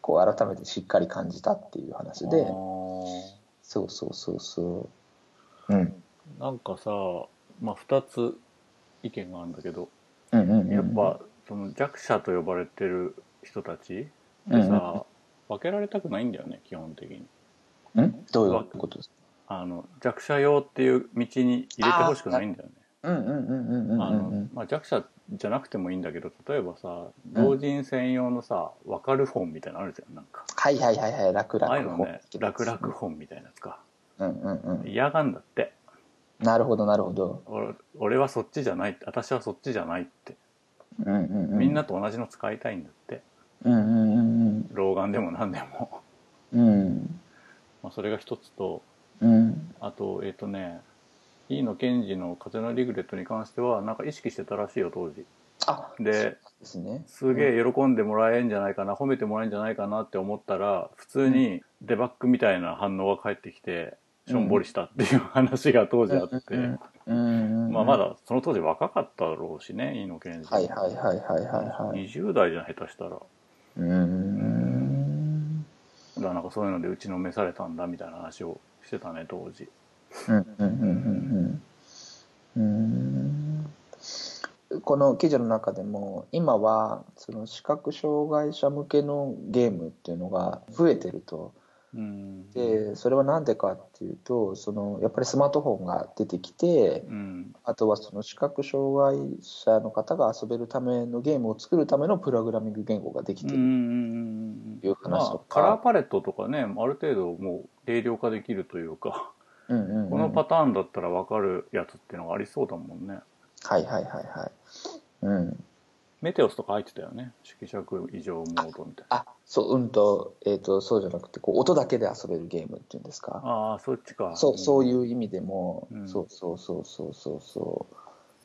こう改めてしっかり感じたっていう話であーそうそうそうそう、うん、なんかさ、まあ、2つ意見があるんだけどうんうんうんやっぱその弱者と呼ばれてる人たちうでんうんさ分けられたくないんだよね基本的にうんどういうことですかあの弱者用っていう道に入れてほしくないんだよねうんうんうんうんうんうんあうのん、まあ、弱者じゃなくてもいいんだけど例えばさ老人専用のさ分かる本みたいなのあるじゃんなんかはいはいはいはい楽あ々あいうのね楽々本みたいなやつかうんうんうん嫌がんだってなるほどなるほど俺俺はそっちじゃない私はそっちじゃないってうんうんうんみんなと同じの使いたいんだってうんうんうん老眼でも何でも うんうんまあそれが一つとうんあとえっ、とね飯野健二の「風のリグレット」に関してはなんか意識してたらしいよ当時あでですね。すげえ喜んでもらえんじゃないかな褒めてもらえんじゃないかなって思ったら普通にデバッグみたいな反応が返ってきてしょんぼりしたっていう話が当時あって、うんうんうんまあ、ま。だその当時若かったろうしね飯野健二はいはいはいはいはいはい。 20代じゃん下手したらだかうーん。らなんかそういうので打ちのめされたんだみたいな話をしてたね当時うんうんうんうんうん。うーん。この記事の中でも今はその視覚障害者向けのゲームっていうのが増えてるとうんでそれは何でかっていうとそのやっぱりスマートフォンが出てきてうんあとはその視覚障害者の方が遊べるためのゲームを作るためのプログラミング言語ができうんてうるんいう話とまあ、かカラーパレットとかねある程度もう定量化できるというかうんうんうんこのパターンだったら分かるやつっていうのがありそうだもんねはいはいはいはい。うん。メテオスとか入ってたよね色尺異常モードみたいなあ、そう、うんと、えっ、と、そうじゃなくて、こう、音だけで遊べるゲームっていうんですか。ああそっちかそう、そういうう意味でも、うんそうそうそうそうそうそう。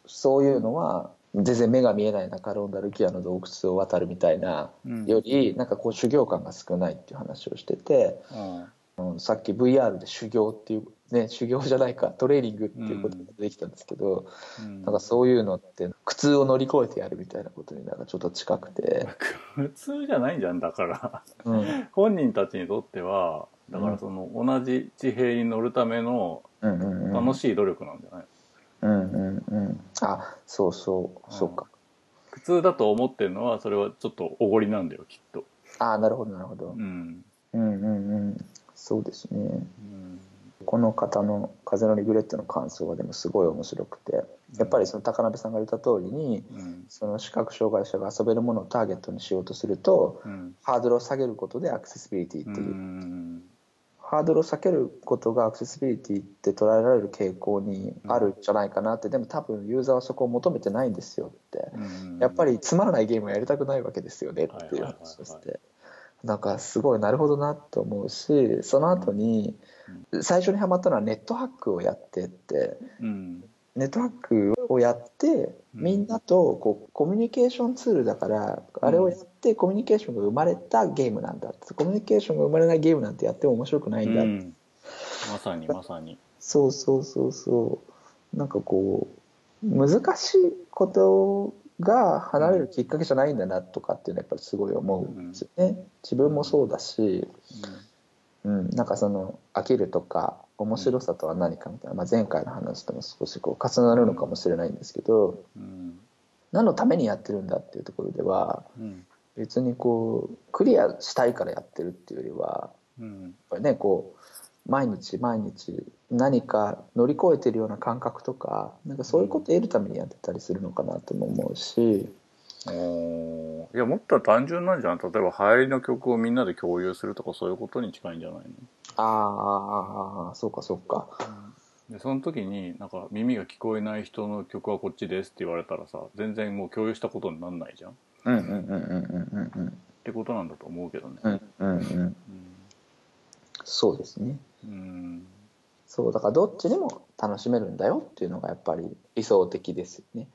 そういうのは、全然目が見えない中、ロンダルキアの洞窟を渡るみたいな、うんより、なんかこう、修行感が少ないっていう話をしてて、うんうんさっき VR で修行っていう、ね、修行じゃないか、トレーニングっていうことができたんですけど、うんなんかそういうのって、苦痛を乗り越えてやるみたいなことになんかちょっと近くて、普通じゃないじゃんだから うん。本人たちにとってはだからその同じ地平に乗るためのうんうんうん楽しい努力なんじゃない、うんうんうんあそうそうそうか普通だと思ってるのはそれはちょっとおごりなんだよきっとあなるほどなるほどうん、うんうんうんそうですねうん、この方の「風のリグレット」の感想はでもすごい面白くてやっぱりその高鍋さんが言った通りにうんその視覚障害者が遊べるものをターゲットにしようとするとうんハードルを下げることでアクセシビリティうっていう、んハードルを下げることがアクセシビリティって捉えられる傾向にあるんじゃないかなってでも多分ユーザーはそこを求めてないんですよってうんやっぱりつまらないゲームはやりたくないわけですよねっていう話をはいはいしはいてなんかすごいなるほどなと思うしその後に最初にハマったのはネットハックをやってってうんネットハックをやってうんみんなとこうコミュニケーションツールだからあれをやってコミュニケーションが生まれたゲームなんだコミュニケーションが生まれないゲームなんてやっても面白くないんだうんまさにまさにそうそうそうそうなんかこう難しいことが離れるきっかけじゃないんだなとかっていうのはやっぱりすごい思うんですよね、自分もそうだし、うん、なんかその飽きるとか面白さとは何かみたいな、まあ、前回の話とも少しこう重なるのかもしれないんですけどうん何のためにやってるんだっていうところではうん別にこうクリアしたいからやってるっていうよりはうんやっぱりねこう毎日毎日何か乗り越えてるような感覚とかなんかそういうことを得るためにやってたりするのかなとも思うし、おーいやもっと単純なんじゃない例えば流行りの曲をみんなで共有するとかそういうことに近いんじゃないのあーあーあーそうかそうかでその時になんか耳が聞こえない人の曲はこっちですって言われたらさ全然もう共有したことになんないじゃんっうんうんうんうんうんてことなんだと思うけどね。うんうんうんそうですねうんうんそうだからどっちでも楽しめるんだよっていうのがやっぱり理想的ですよね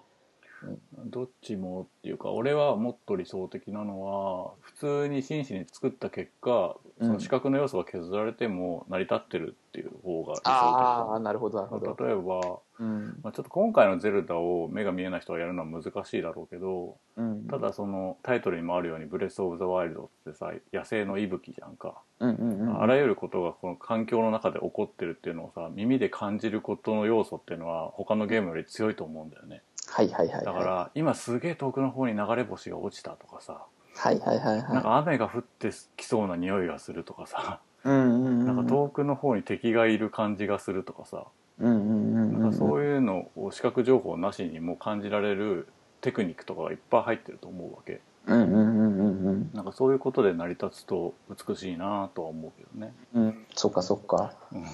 どっちもっていうか俺はもっと理想的なのは普通に真摯に作った結う果そんの視覚の要素が削られても成り立ってるっていう方が理ああ想なるほどなるほ的だど、例えば、うんまあ、ちょっと今回の「ゼルダ」を目が見えない人はやるのは難しいだろうけどうん、ただそのタイトルにもあるように「ブレス・オブ・ザ・ワイルド」ってさ野生の息吹じゃんか。うんうんうんあらゆることがこの環境の中で起こってるっていうのをさ耳で感じることの要素っていうのは他のゲームより強いと思うんだよねはいはいはいはいだから今すげえ遠くの方に流れ星が落ちたとかさはいはいはいなんはか雨が降ってきそうな匂いがするとかさいうんうんうんなんか遠くの方に敵がいる感じがするとかさうんうんうんうんなんかそういうのを視覚情報なしにもう感じられるテクニックとかがいっぱい入ってると思うわけうんうんうんうんうんなんかそういうことで成り立つと美しいなとは思うけどね、うん、そっかそっかうん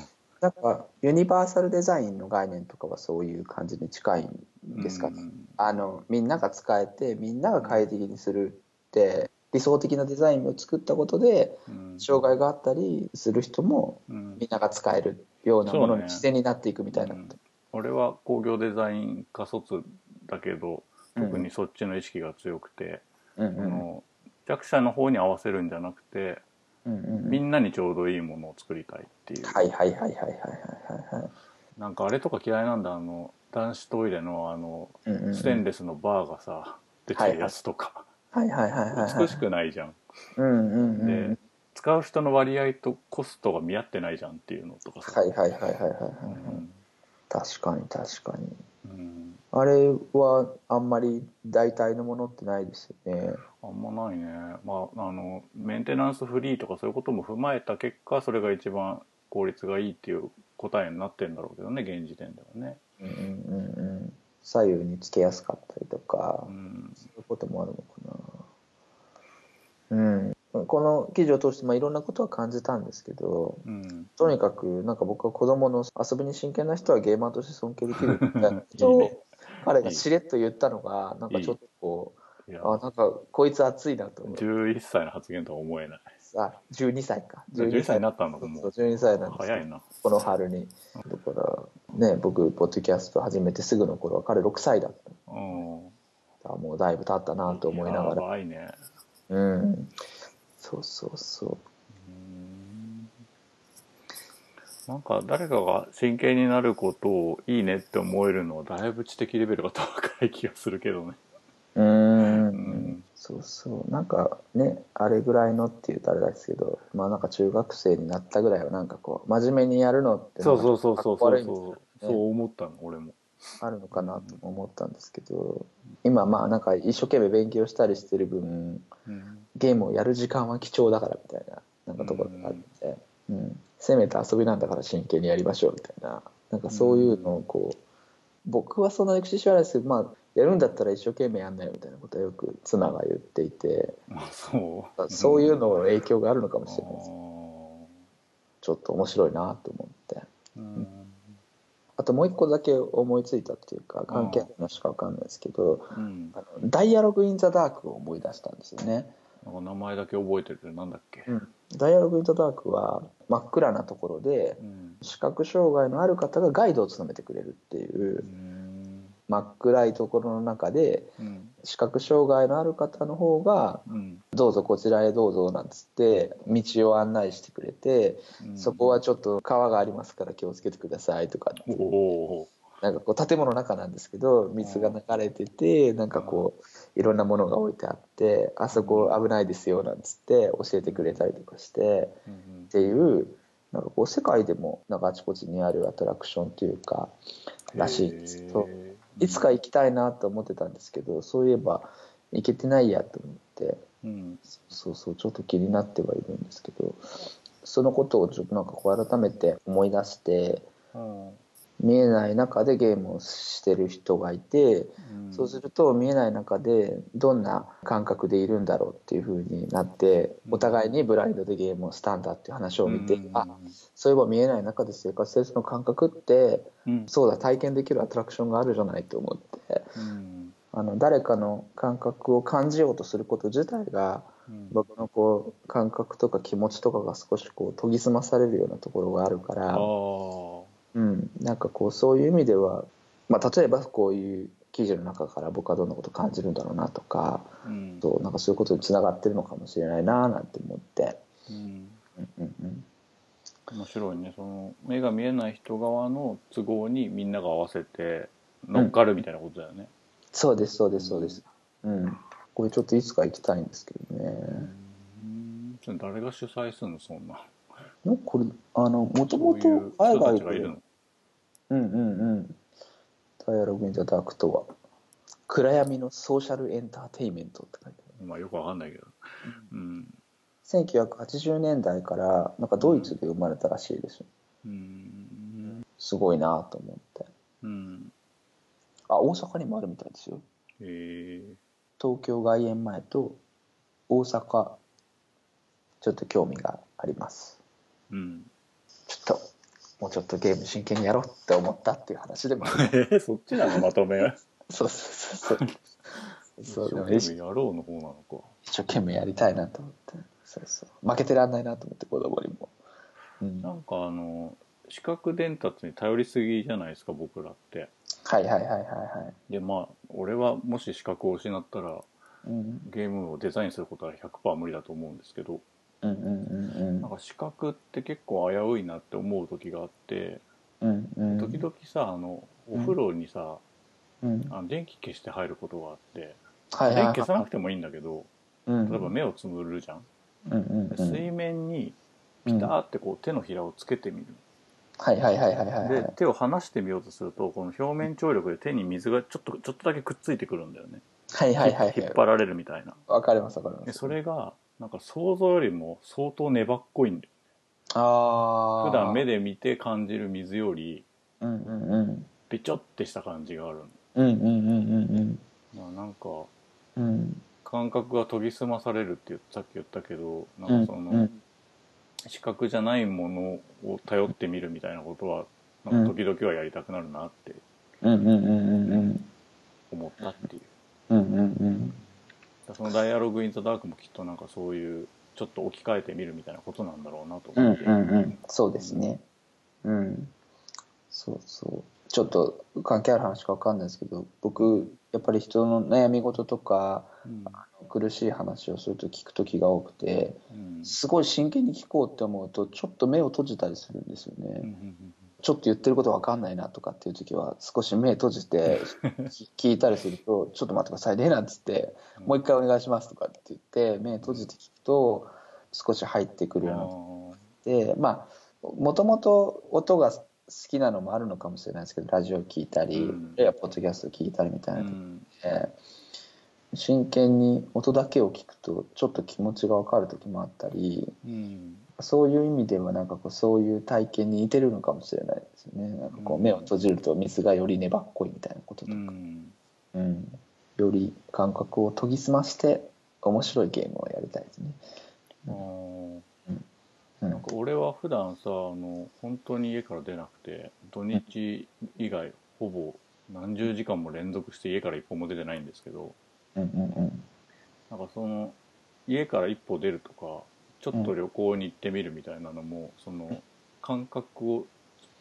なんかユニバーサルデザインの概念とかはそういう感じに近いんですかね、うんあのみんなが使えてみんなが快適にするって理想的なデザインを作ったことでうん障害があったりする人もうんみんなが使えるようなもそのうにね自然になっていくみたいなこと、俺は工業デザイン科卒だけどうん特にそっちの意識が強くて、うんあの弱者の方に合わせるんじゃなくてうんうんみんなにちょうどいいものを作りたいっていう、はいはいはいはいはいはいはいはいなんかあれとか嫌いなんだあの男子トイレのあのうんうんうんステンレスのバーがさ出てるやつとか、はいはいはいはいはい美しくないじゃん。うんうんうんで使う人の割合とコストが見合ってないじゃんっていうのとかさ。はいはいはいはいはいはうい、ん確かに確かにうんあれはあんまり代替のものってないですよね。あんまないね、まあ、あのメンテナンスフリーとかそういうことも踏まえた結果それが一番効率がいいっていう答えになってんだろうけどね現時点ではね、うんうんうんうん、左右につけやすかったりとかう、んそういうこともあるのかな。うん、この記事を通して、まあ、いろんなことは感じたんですけどうん、とにかくなんか僕は子供の遊びに真剣な人はゲーマーとして尊敬できるみたいなことを いいね彼がしれっと言ったのがなんかちょっとこういやあなんかこいつ熱いなと思って11歳の発言とは思えないあ12歳か12歳になったんだもそうう12歳なんですけど早いなこの春にだからね僕ポッドキャスト始めてすぐの頃は彼6歳だっうんたもうだいぶ経ったなと思いながやらばいねうんそうそうそうんなんか誰かが真剣になることをいいねって思えるのはだいぶ知的レベルが高い気がするけどねううんうんそうそうなんかねあれぐらいのって言うとあれですけどまあなんか中学生になったぐらいはなんかこう真面目にやるのってそうそうそうそうそうなんかかっこ悪いみたいなそねうそう思ったの俺もあるのかなとも思ったんですけど今まあなんか一生懸命勉強したりしてる分うんゲームをやる時間は貴重だからみたいななんかところがあって、うんせめて遊びなんだから真剣にやりましょうみたいななんかそういうのをこう、僕はそんなに口知らないですけど、まあ、やるんだったら一生懸命やんなよみたいなことはよく妻が言っていて、まあそう、そういうののの影響があるのかもかしれないですちょっと面白いなと思ってうんあともう一個だけ思いついたっていうか関係あるのしかわかんないですけどうんうんあのダイアログ・イン・ザ・ダークを思い出したんですよね。なんか名前だけ覚えてるけどなんだっけダイアログ・イン・ザ・ダークは真っ暗なところでうん視覚障害のある方がガイドを務めてくれるっていううん真っ暗いところの中でうん視覚障害のある方の方がうん「どうぞこちらへどうぞ」なんつって道を案内してくれて、うんそこはちょっと川がありますから気をつけてくださいとかっておおなんかこう建物の中なんですけど水が流れててなんかこういろんなものが置いてあってあそこ危ないですよなんつって教えてくれたりとかしてーうっんていうなんかこう世界でもなんかあちこちにあるアトラクションというからしいですけどへーいつか行きたいなと思ってたんですけどそういえば行けてないやと思ってうんそうそうちょっと気になってはいるんですけどそのことをちょっとなんかこう改めて思い出して。うん見えない中でゲームをしてる人がいて、うんそうすると見えない中でどんな感覚でいるんだろうっていう風になってうんお互いにブラインドでゲームをしたんだっていう話を見て、うんあそういえば見えない中で生活してるその感覚ってうんそうだ体験できるアトラクションがあるじゃないと思ってうんあの誰かの感覚を感じようとすること自体がうん僕のこう感覚とか気持ちとかが少しこう研ぎ澄まされるようなところがあるから。あーうん、なんかこうそういう意味では、まあ、例えばこういう記事の中から僕はどんなこと感じるんだろうなとかうんそうなんかそういうことにつながってるのかもしれないななんて思って、うんうんうん面白いねその目が見えない人側の都合にみんなが合わせて乗っかるみたいなことだよね、そうですそうですそうです、うん、これちょっといつか行きたいんですけどねうんそれ誰が主催するのそんななんかこれあのもともそうという海人た外ちがいでるのうんうんうん「ダイアログ・イン・ザ・ダーク」とは「暗闇のソーシャルエンターテインメント」って書いてあるまあよくわかんないけどうん1980年代からなんかドイツで生まれたらしいですようんすごいなと思ってうんあ大阪にもあるみたいですよえ東京外苑前と大阪ちょっと興味がありますー、うんちょっともうちょっとゲーム真剣にやろうって思ったっていう話でも えー、そっちなのまとめそうそうそう そそそうううでもや一ろうの方なのか一生懸命やりたいなと思ってそうそう負けてらんないなと思って子供にも、うん、なはいんかあの視覚伝達に頼りすぎじゃないですか僕らってはいはいはいはでまあ俺はもし視覚を失ったらい、うん、ゲームをデザインすることは100%無理だと思うんですけどうんうんうんなんか視覚って結構危ういなって思う時があってうんうん時々さあのうおん風呂にさうんあの電気消して入ることがあってはいはい電は気消さないくてもいいんだけどうん例えば目をつむるじゃんうんうんでうん水面にピターってこう手のひらをつけてみるはいはいはいはいはいはでい手を離してみようとするとこの表面張力で手に水がちょっとちょっとだけくっついてくるんだよねはいはいはい引はっい張られるみたいなわかりますわかりまですそれがなんか想像よりも相当粘っこいんだよああ普段目で見て感じる水よりうんうんうんべちょってした感じがあるうんうんうんのまあなんかうんうん感覚が研ぎ澄まされるってさっき言ったけどなうんんかそうんうのん視覚じゃないものを頼ってみるみたいなことはなんか時々はやりたくなるなってうんうんうんうん思ったっていううんうんうんだからその「ダイアログ・イン・ザ・ダーク」もきっとなんかそういうちょっと置き換えてみるみたいなことなんだろうなとうんうん思って、うんそうですねうんそうそうちょっと関係ある話かわかんないですけど僕やっぱり人の悩み事とかうん苦しい話をすると聞く時が多くてうんすごい真剣に聞こうって思うとちょっと目を閉じたりするんですよね、うんうんちょっと言ってることわかんないなとかっていう時は少し目閉じ てき聞いたりすると「ちょっと待ってくださいね」なんつって「もう一回お願いします」とかって言って目閉じて聞くと少し入ってくるようになっあてまあもともと音が好きなのもあるのかもしれないですけどラジオ聞いたり、うんあるいはポッドキャスト聞いたりみたいーなうので、ん真剣に音だけを聞くとちょっと気持ちがわかる時もあったりうんそういう意味ではなんかこうそういう体験に似てるのかもしれないですよねなんかこううん目を閉じると水がより粘っこいみたいなこととうか、んうんより感覚を研ぎ澄まして面白いゲームをやりたいですね。あーうん、なんか俺は普段さあの本当に家から出なくて土日以外ほぼ何十時間も連続して家から一歩も出てないんですけどうんうんなんかその家から一歩出るとかちょっと旅行に行ってみるみたいなのも、その感覚を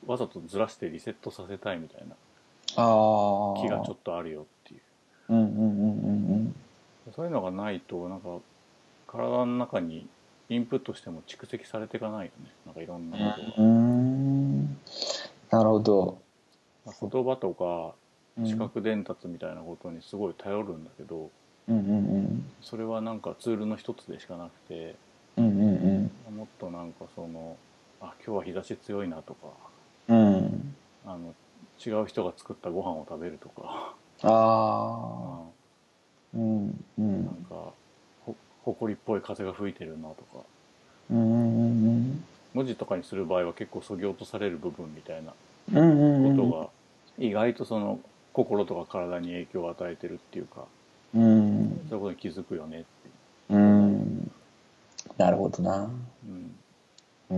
わざとずらしてリセットさせたいみたいなああ気がちょっとあるよっていううんうんうんうんそういうのがないとなんか体の中にインプットしても蓄積されていかないよねなんかいろんなことう、がんうーんなるほどまあ言葉とかうん視覚伝達みたいなことにすごい頼るんだけど、うんうんそれはなんかツールの一つでしかなくてうんうんうんもっとなんかそのあ今日は日差し強いなとかうんうんあの違う人が作ったご飯を食べるとか、 あああうんうなんんかほ埃っぽい風が吹いてるなとかうんうん文字とかにする場合は結構そぎ落とされる部分みたいなうんうんうんうんことが意外とその心とか体に影響を与えてるっていうかうんそういうことに気づくよねっていうんなるほどなう、う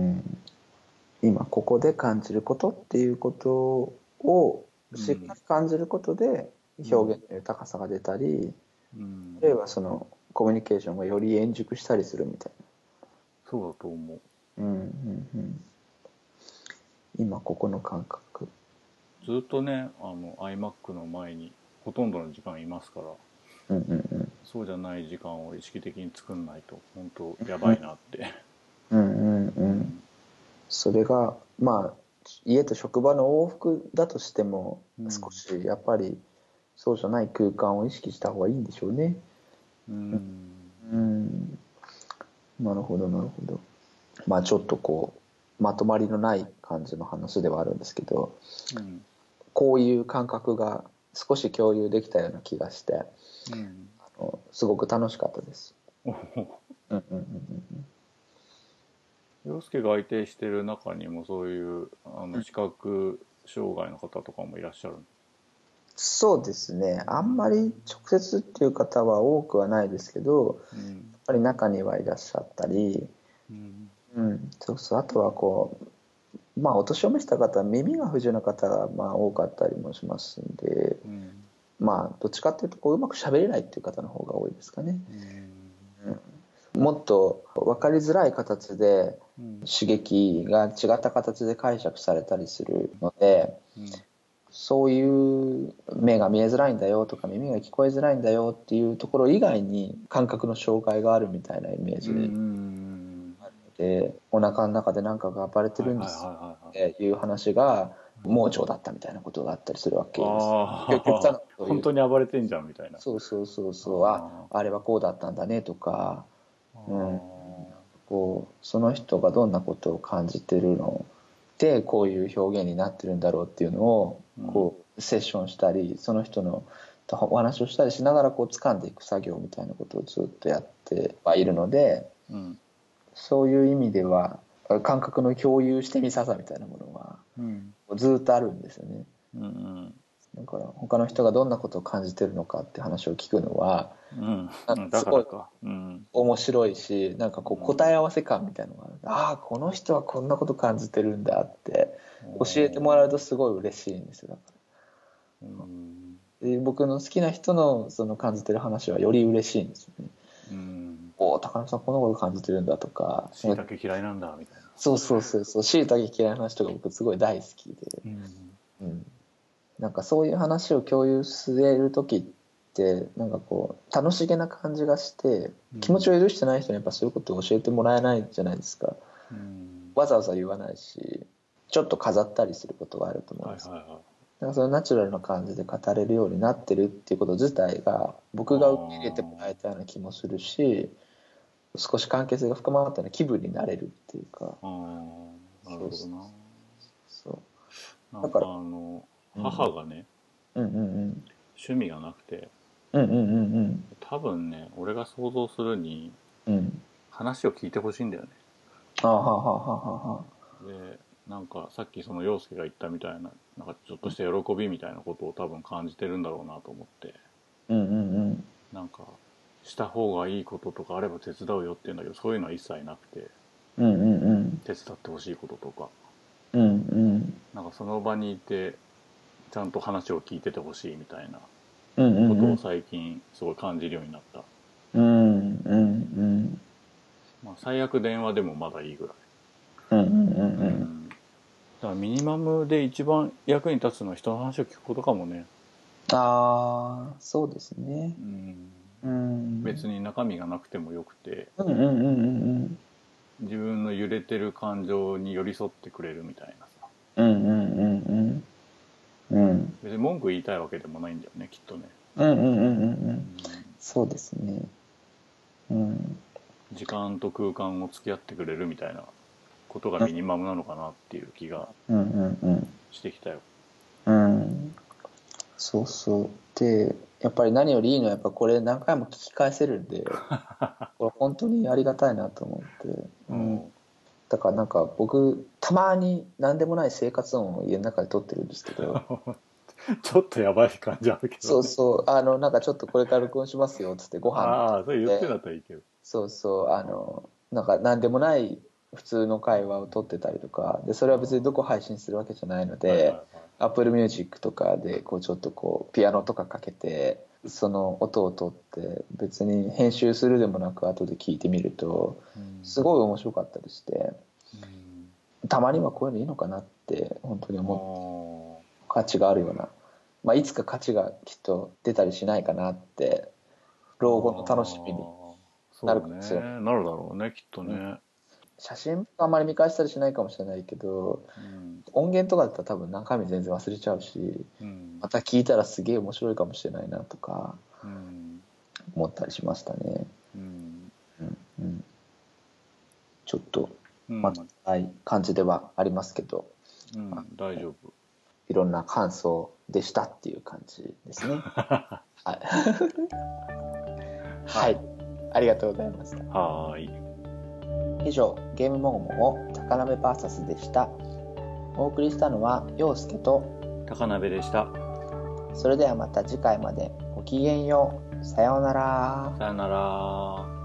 うん、ん今ここで感じることっていうことをしっかり感じることで表現の豊かさが出たり、うんあ、るいはそのコミュニケーションがより円熟したりするみたいそうだと思うな、うんうんうん、今ここの感覚ずっとねあの iMac の前にほとんどの時間いますからうんうんそうじゃない時間を意識的に作んないと本当やばいなって、うんうんうんううんそれがまあ家と職場の往復だとしてもうん少しやっぱりそうじゃない空間を意識した方がいいんでしょうねうんうんなるほどなるほどまあちょっとこうまとまりのない感じの話ではあるんですけどうんこういう感覚が少し共有できたような気がしてうんあのすごく楽しかったです。おほうんうんうん洋介が相手してる中にもそういうあうのん視覚障害の方とかもいらっしゃるそうですねあんまり直接っていう方は多くはないですけどうんやっぱり中にはいらっしゃったり、うんうん、そうそうあとはこうまあお年を召した方は耳が不自由な方がまあ多かったりもしますんでうんまあどっちかっていうとこううまく喋れないっていう方の方が多いですかね。うんもっと分かりづらい形でうん刺激が違った形で解釈されたりするのでうんそういう目が見えづらいんだよとか耳が聞こえづらいんだよっていうところ以外に感覚の障害があるみたいなイメージうんうで、んでお腹の中で何かが暴れてるんですはいはいはいはいっていう話が盲腸だったみたいなことがあったりするわけです。ああ結局さ本当に暴れてんじゃんみたいなそうそうそうそうああれはこうだったんだねとかうんこうその人がどんなことを感じてるのでこういう表現になってるんだろうっていうのをうんこうセッションしたりその人のお話をしたりしながらこう掴んでいく作業みたいなことをずっとやってはいるのでうんそういう意味では感覚の共有してみささみたいなものはうんずっとあるんですよね。うんうんだから他の人がどんなことを感じてるのかって話を聞くのはうんあうんだからかうん面白いしなんかこううん答え合わせ感みたいなのがある、ああこの人はこんなこと感じてるんだって教えてもらうとすごい嬉しいんですよだかうんらで僕の好きな人のその感じてる話はより嬉しいんですよねうんおお高野さんこんなこと感じてるんだとかしいたけ嫌いなんだみたいなそうそうそうそうしいたけ嫌いな話とか僕すごい大好きで、うんうん、なんかそういう話を共有する時ってなんかこう楽しげな感じがして気持ちを許してない人にやっぱそういうことを教えてもらえないじゃないですかうんわざわざ言わないしちょっと飾ったりすることがあると思うんはいです、はいはなんかそのナチュラルな感じで語れるようになってるっていうこと自体が僕が受け入れてもらえたような気もするし少し関係性が深まったような気分になれるっていうかいあーなるほどなそなんだかからあのうん母がねううんうん趣味がなくてうんうんうんうん多分ね俺が想像するにうんうん話を聞いてほしいんだよねあはははははでなんかさっきその陽介が言ったみたいななんかちょっとした喜びみたいなことを多分感じてるんだろうなと思ってうんうんうんなんかした方がいいこととかあれば手伝うよって言うんだけどそういうのは一切なくてうんうんうん手伝ってほしいこととかうんうんなんかその場にいてちゃんと話を聞いててほしいみたいなうんうんうこんうとをん最近すごい感じるようになった、うんうんまあ、最悪電話でもまだいいぐらい、うんうんうんうんうんだからミニマムで一番役に立つのは人の話を聞くことかもね、ああそうですねうん、うん別にに中身がなくてもよくてうんうんうんうん自分の揺れてる感情に寄り添ってくれるみたいなさうんうんうんうんうんうん別に文句言いたいわけでもないんだよねきっとね、うんうんうんうんうんうんそうですねうん時間と空間を付き合ってくれるみたいなことがミニマムなのかなっていう気がうんうんうんしてきたようんそうそうでやっぱり何よりいいのはやっぱこれ何回も聞き返せるんでこれ本当にありがたいなと思って、うん、だからなんか僕たまに何でもない生活音を家の中で撮ってるんですけど ちょっとやばい感じあるけどね、そうそうあのなんかちょっとこれから録音しますよっつってご飯ああそれ言ってんだったらいいけどそうそうあのなんか何でもない普通の会話を撮ってたりとかでそれは別にどこ配信するわけじゃないので、はいはいはい Apple Music とかでこうちょっとこうピアノとかかけてその音を取って別に編集するでもなく後で聞いてみるとうんすごい面白かったりしてうんたまにはこういうのいいのかなって本当に思もう価値があるような、まあ、いつか価値がきっと出たりしないかなって老後の楽しみにななるるかかももししれれなないなるだろうねきっとね、写真あんまり見返したりしないかもしれないけどうん音源とかだったら多分中身全然忘れちゃうしうんまた聞いたらすげえ面白いかもしれないなとかうん思ったりしましたね。うんうんちょっとうんまあない感じではありますけど、うん大丈夫いろんな感想でしたっていう感じです ね。はい、はい、ありがとうございました。はーい以上、ゲームもごもご高鍋 VS でした。お送りしたのは陽介と、高鍋でしたそれではまた次回までごきげんよう。さようなら。さよなら